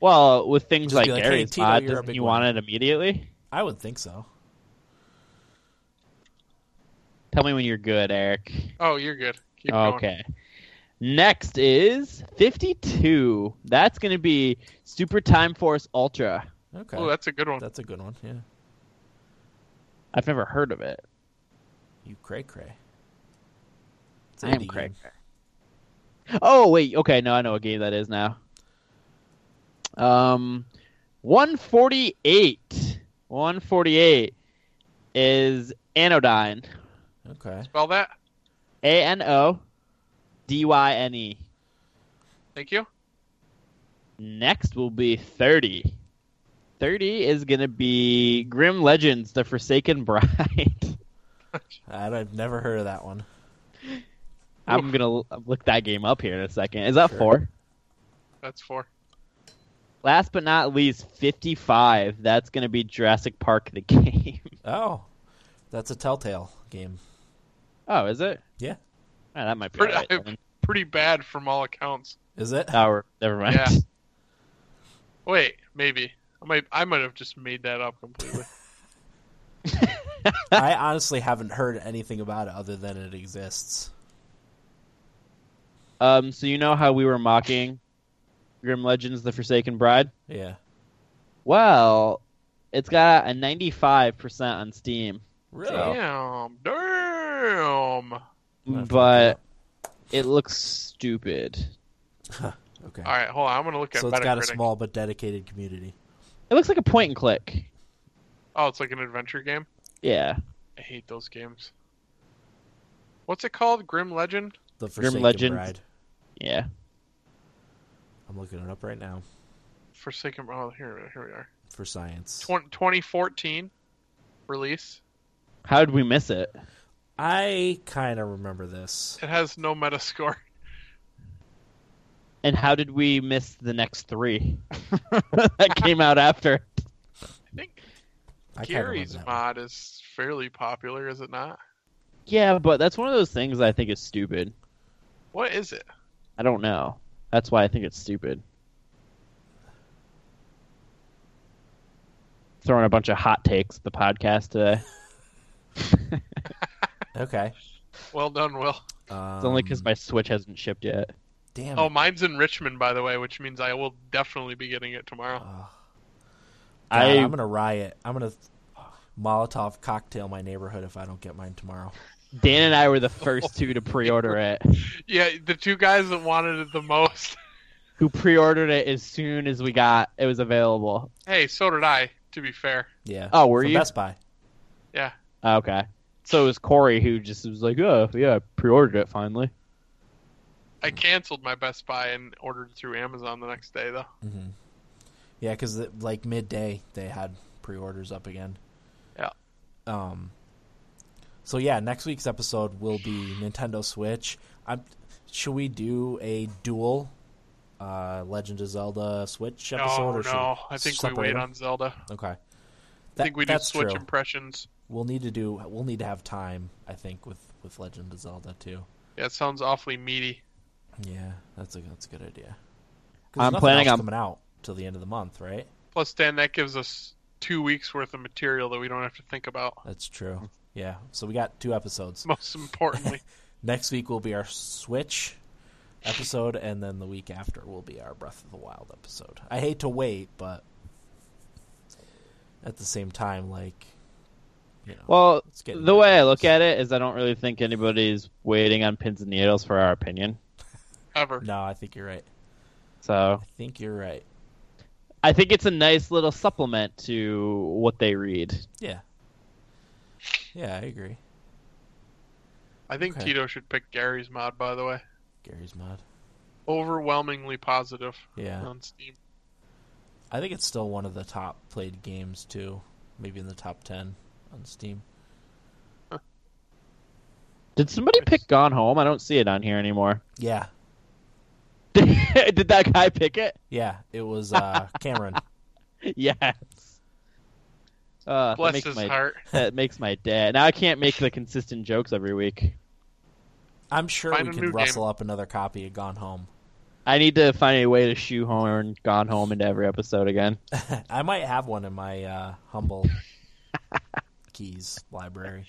Speaker 3: Well, with things
Speaker 1: Just
Speaker 3: like,
Speaker 1: be like, hey,
Speaker 3: Gary's
Speaker 1: Tito,
Speaker 3: mod,
Speaker 1: you're a
Speaker 3: doesn't
Speaker 1: big
Speaker 3: you
Speaker 1: one.
Speaker 3: want it immediately?
Speaker 1: I would think so.
Speaker 3: Tell me when you're good, Eric.
Speaker 2: Oh, you're good. Keep going.
Speaker 3: Okay. Next is 52. That's going to be Super Time Force Ultra.
Speaker 1: Okay,
Speaker 2: Ooh, that's a good one.
Speaker 1: that's a good one. Yeah,
Speaker 3: I've never heard of it.
Speaker 1: you cray cray. It's
Speaker 3: I am
Speaker 1: indie
Speaker 3: cray
Speaker 1: game.
Speaker 3: Oh, wait. Okay, no, I know what game that is now. Um, 148. 148 is Anodyne.
Speaker 1: Okay.
Speaker 2: Spell that.
Speaker 3: A N O D Y N E.
Speaker 2: Thank you.
Speaker 3: Next will be 30. 30 is going to be Grim Legends, The Forsaken Bride.
Speaker 1: I, I've never heard of that one.
Speaker 3: I'm going to look that game up here in a second. Is that
Speaker 1: Sure.
Speaker 3: four?
Speaker 2: That's four.
Speaker 3: Last but not least, 55. That's going to be Jurassic Park, the game.
Speaker 1: Oh, that's a Telltale game.
Speaker 3: Oh, is it?
Speaker 1: Yeah.
Speaker 3: Ah, that might be
Speaker 2: Pretty-
Speaker 3: alright then.
Speaker 2: Pretty bad from all accounts.
Speaker 1: Is it?
Speaker 3: Oh, we're- never mind.
Speaker 2: Yeah. Wait, maybe. I might I might have just made that up completely.
Speaker 1: I honestly haven't heard anything about it other than it exists.
Speaker 3: Um, so you know how we were mocking Grim Legends: The Forsaken Bride?
Speaker 1: Yeah.
Speaker 3: Well, it's got a 95% on Steam,
Speaker 1: Yeah.
Speaker 2: Damn. Damn. All
Speaker 3: but it looks stupid.
Speaker 1: Okay.
Speaker 2: right, hold on. I'm gonna look at
Speaker 1: So it's
Speaker 2: Metacritic.
Speaker 1: got a small but dedicated community.
Speaker 3: It looks like a point and click.
Speaker 2: Oh, it's like an adventure game.
Speaker 3: Yeah,
Speaker 2: I hate those games. What's it called? Grim Legend?
Speaker 1: The Forsaken
Speaker 3: Legends.
Speaker 1: Bride.
Speaker 3: yeah.
Speaker 1: I'm looking it up right now
Speaker 2: Forsaken. Oh, here, here we are.
Speaker 1: for science.
Speaker 2: Twen- 2014 release.
Speaker 3: How did we miss it?
Speaker 1: I kind of remember this.
Speaker 2: It has no Metascore.
Speaker 3: And how did we miss the next three that came out after?
Speaker 2: I think
Speaker 1: I kinda remember
Speaker 2: Gary's
Speaker 1: that one.
Speaker 2: mod is fairly popular, is it not?
Speaker 3: Yeah, but that's one of those things I think is stupid.
Speaker 2: What is it?
Speaker 3: I don't know. That's why I think it's stupid. Throwing a bunch of hot takes at the podcast today.
Speaker 1: Okay.
Speaker 2: Well done, Will.
Speaker 1: Um,
Speaker 3: It's only because my Switch hasn't shipped yet.
Speaker 1: damn.
Speaker 2: Oh,
Speaker 1: Oh,
Speaker 2: mine's in Richmond, by the way, which means I will definitely be getting it tomorrow.
Speaker 1: I,
Speaker 3: I
Speaker 1: am gonna riot. I'm gonna Molotov cocktail my neighborhood if I don't get mine tomorrow.
Speaker 3: Dan and I were the first two to pre-order it.
Speaker 1: Oh.
Speaker 2: Yeah, the two guys that wanted it the most.
Speaker 3: Who pre-ordered it as soon as we got it was available.
Speaker 2: hey, so did I, to be fair.
Speaker 1: Yeah.
Speaker 3: Oh, were
Speaker 1: From
Speaker 3: you?
Speaker 1: Best Buy?
Speaker 2: Yeah.
Speaker 3: Ah, Okay, so it was Corey who just was like, "Oh yeah, I pre-ordered it finally."
Speaker 2: I
Speaker 1: Hmm.
Speaker 2: canceled my Best Buy and ordered it through Amazon the next day, though.
Speaker 1: Yeah, because like midday they had pre-orders up again.
Speaker 2: Yeah.
Speaker 1: Um. So yeah, next week's episode will be Nintendo Switch. I'm, should we do a dual uh, Legend of Zelda Switch episode?
Speaker 2: No,
Speaker 1: or should
Speaker 2: Oh, no. I think we
Speaker 1: separate
Speaker 2: wait
Speaker 1: them?
Speaker 2: on Zelda.
Speaker 1: Okay.
Speaker 2: I think we do
Speaker 1: that's
Speaker 2: Switch
Speaker 1: true.
Speaker 2: impressions.
Speaker 1: We'll need to do. We'll need to have time. I think with with Legend of Zelda too.
Speaker 2: Yeah, it sounds awfully meaty.
Speaker 1: Yeah, that's a that's a good idea. 'Cause
Speaker 3: I'm
Speaker 1: nothing
Speaker 3: planning
Speaker 1: else
Speaker 3: on-
Speaker 1: coming out till the end of the month, right?
Speaker 2: Plus, Dan, that gives us two weeks worth of material that we don't have to think about.
Speaker 1: That's true. Yeah. So we got two episodes.
Speaker 2: Most importantly,
Speaker 1: Next week will be our Switch episode, and then the week after will be our Breath of the Wild episode. I hate to wait, but at the same time, like, you know,
Speaker 3: Well,
Speaker 1: It's getting
Speaker 3: the way I look
Speaker 1: ridiculous.
Speaker 3: at it is, I don't really think anybody's waiting on pins and needles for our opinion.
Speaker 2: ever.
Speaker 1: no, I think you're right.
Speaker 3: So
Speaker 1: I think you're right.
Speaker 3: I think it's a nice little supplement to what they read.
Speaker 1: Yeah, yeah, I agree.
Speaker 2: I think
Speaker 1: Okay.
Speaker 2: Tito should pick Gary's mod, by the way.
Speaker 1: Gary's mod.
Speaker 2: Overwhelmingly positive
Speaker 1: Yeah,
Speaker 2: on Steam.
Speaker 1: I think it's still one of the top played games too. Maybe in the top ten on Steam.
Speaker 3: Did somebody pick Gone Home? I don't see it on here anymore.
Speaker 1: Yeah,
Speaker 3: Did that guy pick it?
Speaker 1: yeah, it was uh, Cameron.
Speaker 3: Yes. Uh, that,
Speaker 2: Bless
Speaker 3: makes
Speaker 2: his
Speaker 3: my,
Speaker 2: heart.
Speaker 3: that makes my dad. Now I can't make the consistent jokes every week.
Speaker 1: I'm sure
Speaker 2: Find
Speaker 1: we
Speaker 2: a
Speaker 1: can
Speaker 2: new game.
Speaker 1: rustle up another copy of Gone Home.
Speaker 3: I need to find a way to shoehorn Gone Home into every episode again.
Speaker 1: I might have one in my uh, humble keys library.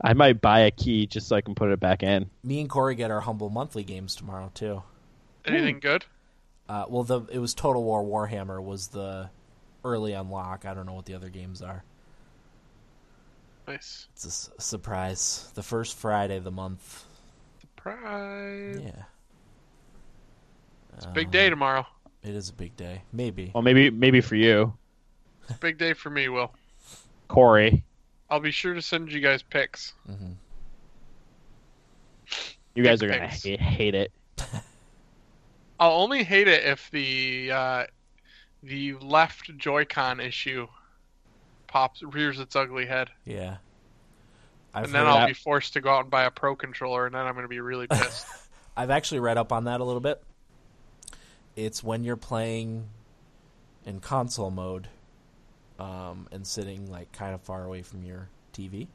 Speaker 3: I might buy a key just so I can put it back in.
Speaker 1: Me and Corey get our humble monthly games tomorrow too.
Speaker 3: Hmm.
Speaker 2: Anything good?
Speaker 1: Uh, well, the it was Total War Warhammer was the early unlock. I don't know what the other games are.
Speaker 2: Nice.
Speaker 1: It's a s- surprise. The first Friday of the month.
Speaker 2: Surprise.
Speaker 1: Yeah, Uh,
Speaker 2: It's a big day tomorrow.
Speaker 1: It is a big day. Maybe.
Speaker 3: Well, maybe maybe for you,
Speaker 2: Big day for me, Will.
Speaker 3: Corey.
Speaker 2: I'll be sure to send you guys pics.
Speaker 3: You guys are gonna
Speaker 2: Thanks.
Speaker 3: hate, hate it.
Speaker 2: I'll only hate it if the uh, the left Joy-Con issue pops rears its ugly head,
Speaker 1: Yeah. I've,
Speaker 2: and then
Speaker 1: heard-
Speaker 2: I'll
Speaker 3: that.
Speaker 2: be forced to go out and buy a Pro controller, and then I'm going to be really pissed.
Speaker 1: I've actually read up on that a little bit. It's when you're playing in console mode um, and sitting like kind of far away from your TV.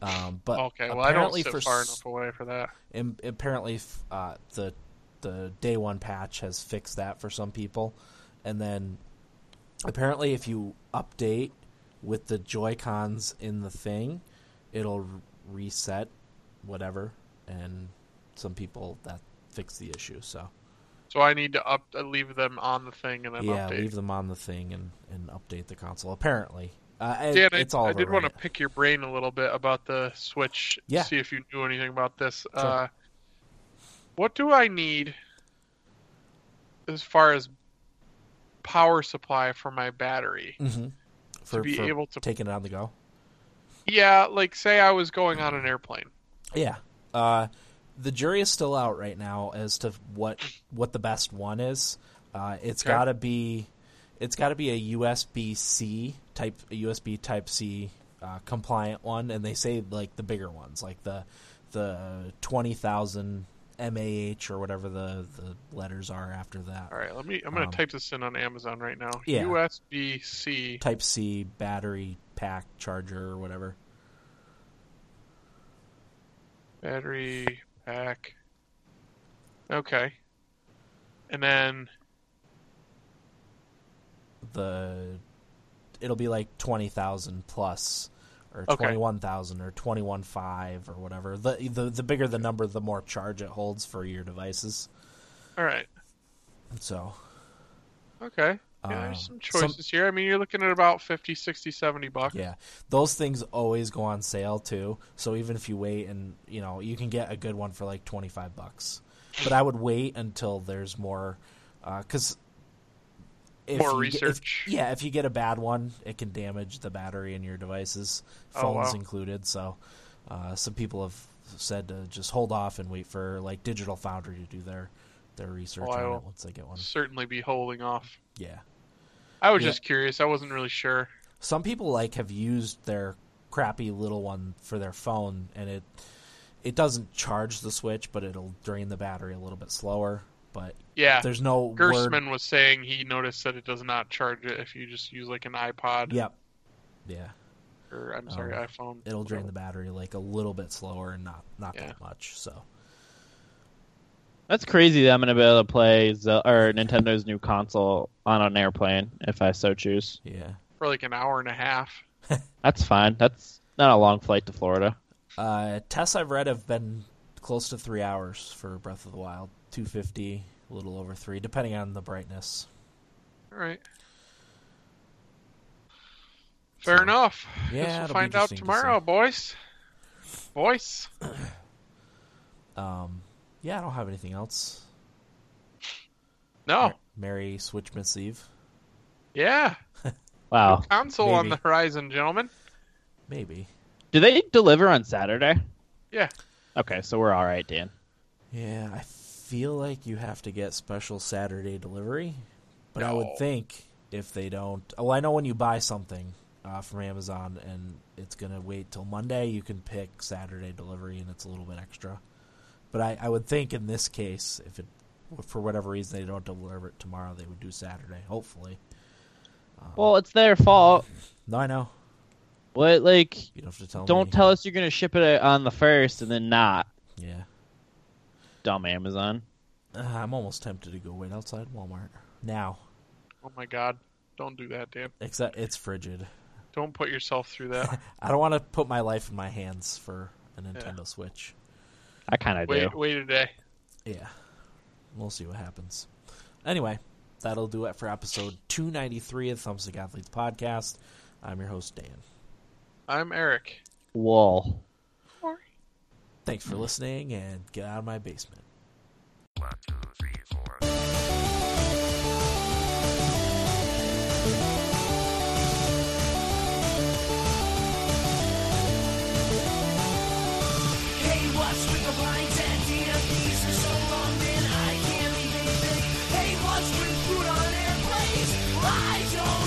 Speaker 1: Um, but
Speaker 2: okay, well I don't
Speaker 1: apparently
Speaker 2: sit
Speaker 1: for
Speaker 2: far
Speaker 1: s-
Speaker 2: enough away for that.
Speaker 1: im- apparently f- uh, the the day one patch has fixed that for some people, and then apparently if you update with the Joy Cons in the thing, it'll r- reset whatever, and some people that fix the issue. So
Speaker 2: So I need to up uh, leave them on the thing and then
Speaker 1: yeah,
Speaker 2: update.
Speaker 1: leave them on the thing and, and update the console. Apparently, uh, it-
Speaker 2: Dan, I,
Speaker 1: it's all
Speaker 2: I
Speaker 1: over
Speaker 2: did want to
Speaker 1: Reddit.
Speaker 2: pick your brain a little bit about the Switch.
Speaker 1: Yeah.
Speaker 2: See if you knew anything about this. Uh, what do I need as far as power supply for my battery?
Speaker 1: Mhm. for,
Speaker 2: be
Speaker 1: for
Speaker 2: able to-
Speaker 1: taking it on the go.
Speaker 2: Yeah, like say I was going on an airplane.
Speaker 1: Yeah. Uh, the jury is still out right now as to what what the best one is. Uh, it's
Speaker 2: Okay.
Speaker 1: got to be it's got to be a USB C type a USB Type C uh, compliant one, and they say like the bigger ones, like the the twenty thousand mAh or whatever the the letters are after that.
Speaker 2: All right, let me. I'm gonna
Speaker 1: Um,
Speaker 2: type this in on Amazon right now.
Speaker 1: Yeah.
Speaker 2: USB C.
Speaker 1: Type C battery pack charger or whatever.
Speaker 2: Battery pack. Okay. And then
Speaker 1: the it'll be like twenty thousand plus or
Speaker 2: Okay.
Speaker 1: twenty one thousand or twenty one five or whatever. The, the the bigger the number, the more charge it holds for your devices.
Speaker 2: all right.
Speaker 1: So
Speaker 2: Okay. Yeah,
Speaker 1: Uh,
Speaker 2: there's
Speaker 1: some-
Speaker 2: some choices here. I mean, you're looking at about 50, 60, 70 bucks.
Speaker 1: yeah. Those things always go on sale too. So even if you wait and you know, you can get a good one for like twenty five bucks. But I would wait until there's more because if
Speaker 2: More
Speaker 1: you get- if-
Speaker 2: research.
Speaker 1: yeah, if you get a bad one, it can damage the battery in your devices,
Speaker 2: Oh,
Speaker 1: phones
Speaker 2: wow.
Speaker 1: included. So, uh, some people have said to just hold off and wait for like Digital Foundry to do their their research
Speaker 2: Well, I
Speaker 1: on
Speaker 2: will.
Speaker 1: it once they get one.
Speaker 2: Certainly be holding off.
Speaker 1: Yeah,
Speaker 2: I was
Speaker 1: Yeah.
Speaker 2: just curious. I wasn't really sure.
Speaker 1: some people like have used their crappy little one for their phone, and it it doesn't charge the switch, but it'll drain the battery a little bit slower. But
Speaker 2: Yeah.
Speaker 1: there's no word
Speaker 2: Gerstmann was saying he noticed that it does not charge it if you just use like an iPod
Speaker 1: Yep. Yeah,
Speaker 2: or I'm sorry, iPhone.
Speaker 1: Um, it'll drain the battery like a little bit slower and not not
Speaker 2: Yeah.
Speaker 1: that much. So
Speaker 3: That's crazy that I'm gonna be able to play Ze- or Nintendo's new console on an airplane if I so choose.
Speaker 1: yeah.
Speaker 2: for like an hour and a half.
Speaker 3: That's fine. That's not a long flight to Florida.
Speaker 1: Uh, tests I've read have been close to three hours for Breath of the Wild, two fifty, a little over three, depending on the brightness.
Speaker 2: All right. Fair
Speaker 1: So,
Speaker 2: enough.
Speaker 1: yeah,
Speaker 2: Guess
Speaker 1: it'll
Speaker 2: we'll
Speaker 1: be
Speaker 2: find out
Speaker 1: interesting to see.
Speaker 2: tomorrow, boys. Boys.
Speaker 1: Um, yeah, I don't have anything else.
Speaker 2: No.
Speaker 1: Merry Switchmas Eve,
Speaker 2: Yeah.
Speaker 3: Wow.
Speaker 2: Console on
Speaker 1: Maybe.
Speaker 2: the horizon, gentlemen.
Speaker 1: maybe.
Speaker 3: Do they deliver on Saturday?
Speaker 2: Yeah.
Speaker 3: Okay, so we're all right, Dan.
Speaker 1: Yeah, I feel like you have to get special Saturday delivery, but I
Speaker 2: No.
Speaker 1: would think if they don't. Oh, I know when you buy something uh, from Amazon and it's gonna wait till Monday, you can pick Saturday delivery and it's a little bit extra. But I, I would think in this case, if it for whatever reason they don't deliver it tomorrow, they would do Saturday. Hopefully,
Speaker 3: Well, it's their fault.
Speaker 1: no, I know
Speaker 3: What like
Speaker 1: you don't have to tell
Speaker 3: don't
Speaker 1: me.
Speaker 3: tell us you're gonna ship it on the first and then not.
Speaker 1: Yeah,
Speaker 3: Dumb Amazon.
Speaker 1: uh, I'm almost tempted to go wait outside Walmart now.
Speaker 2: Oh my god. Don't do that, Dan.
Speaker 1: Except it's frigid.
Speaker 2: Don't put yourself through that.
Speaker 1: I don't want to put my life in my hands for a Nintendo Switch.
Speaker 3: I kinda
Speaker 2: wait,
Speaker 3: do.
Speaker 2: wait a day.
Speaker 1: Yeah. We'll see what happens. Anyway, that'll do it for episode 293 of Thumbstick Athletes Podcast. I'm your host, Dan.
Speaker 2: I'm Eric.
Speaker 3: Wall.
Speaker 1: Thanks for listening and get out of my basement.
Speaker 4: One, two, three, four. Hey, what's with the blinds and DMPs for so long that I can't even think? Hey, what's with food on airplanes? I don't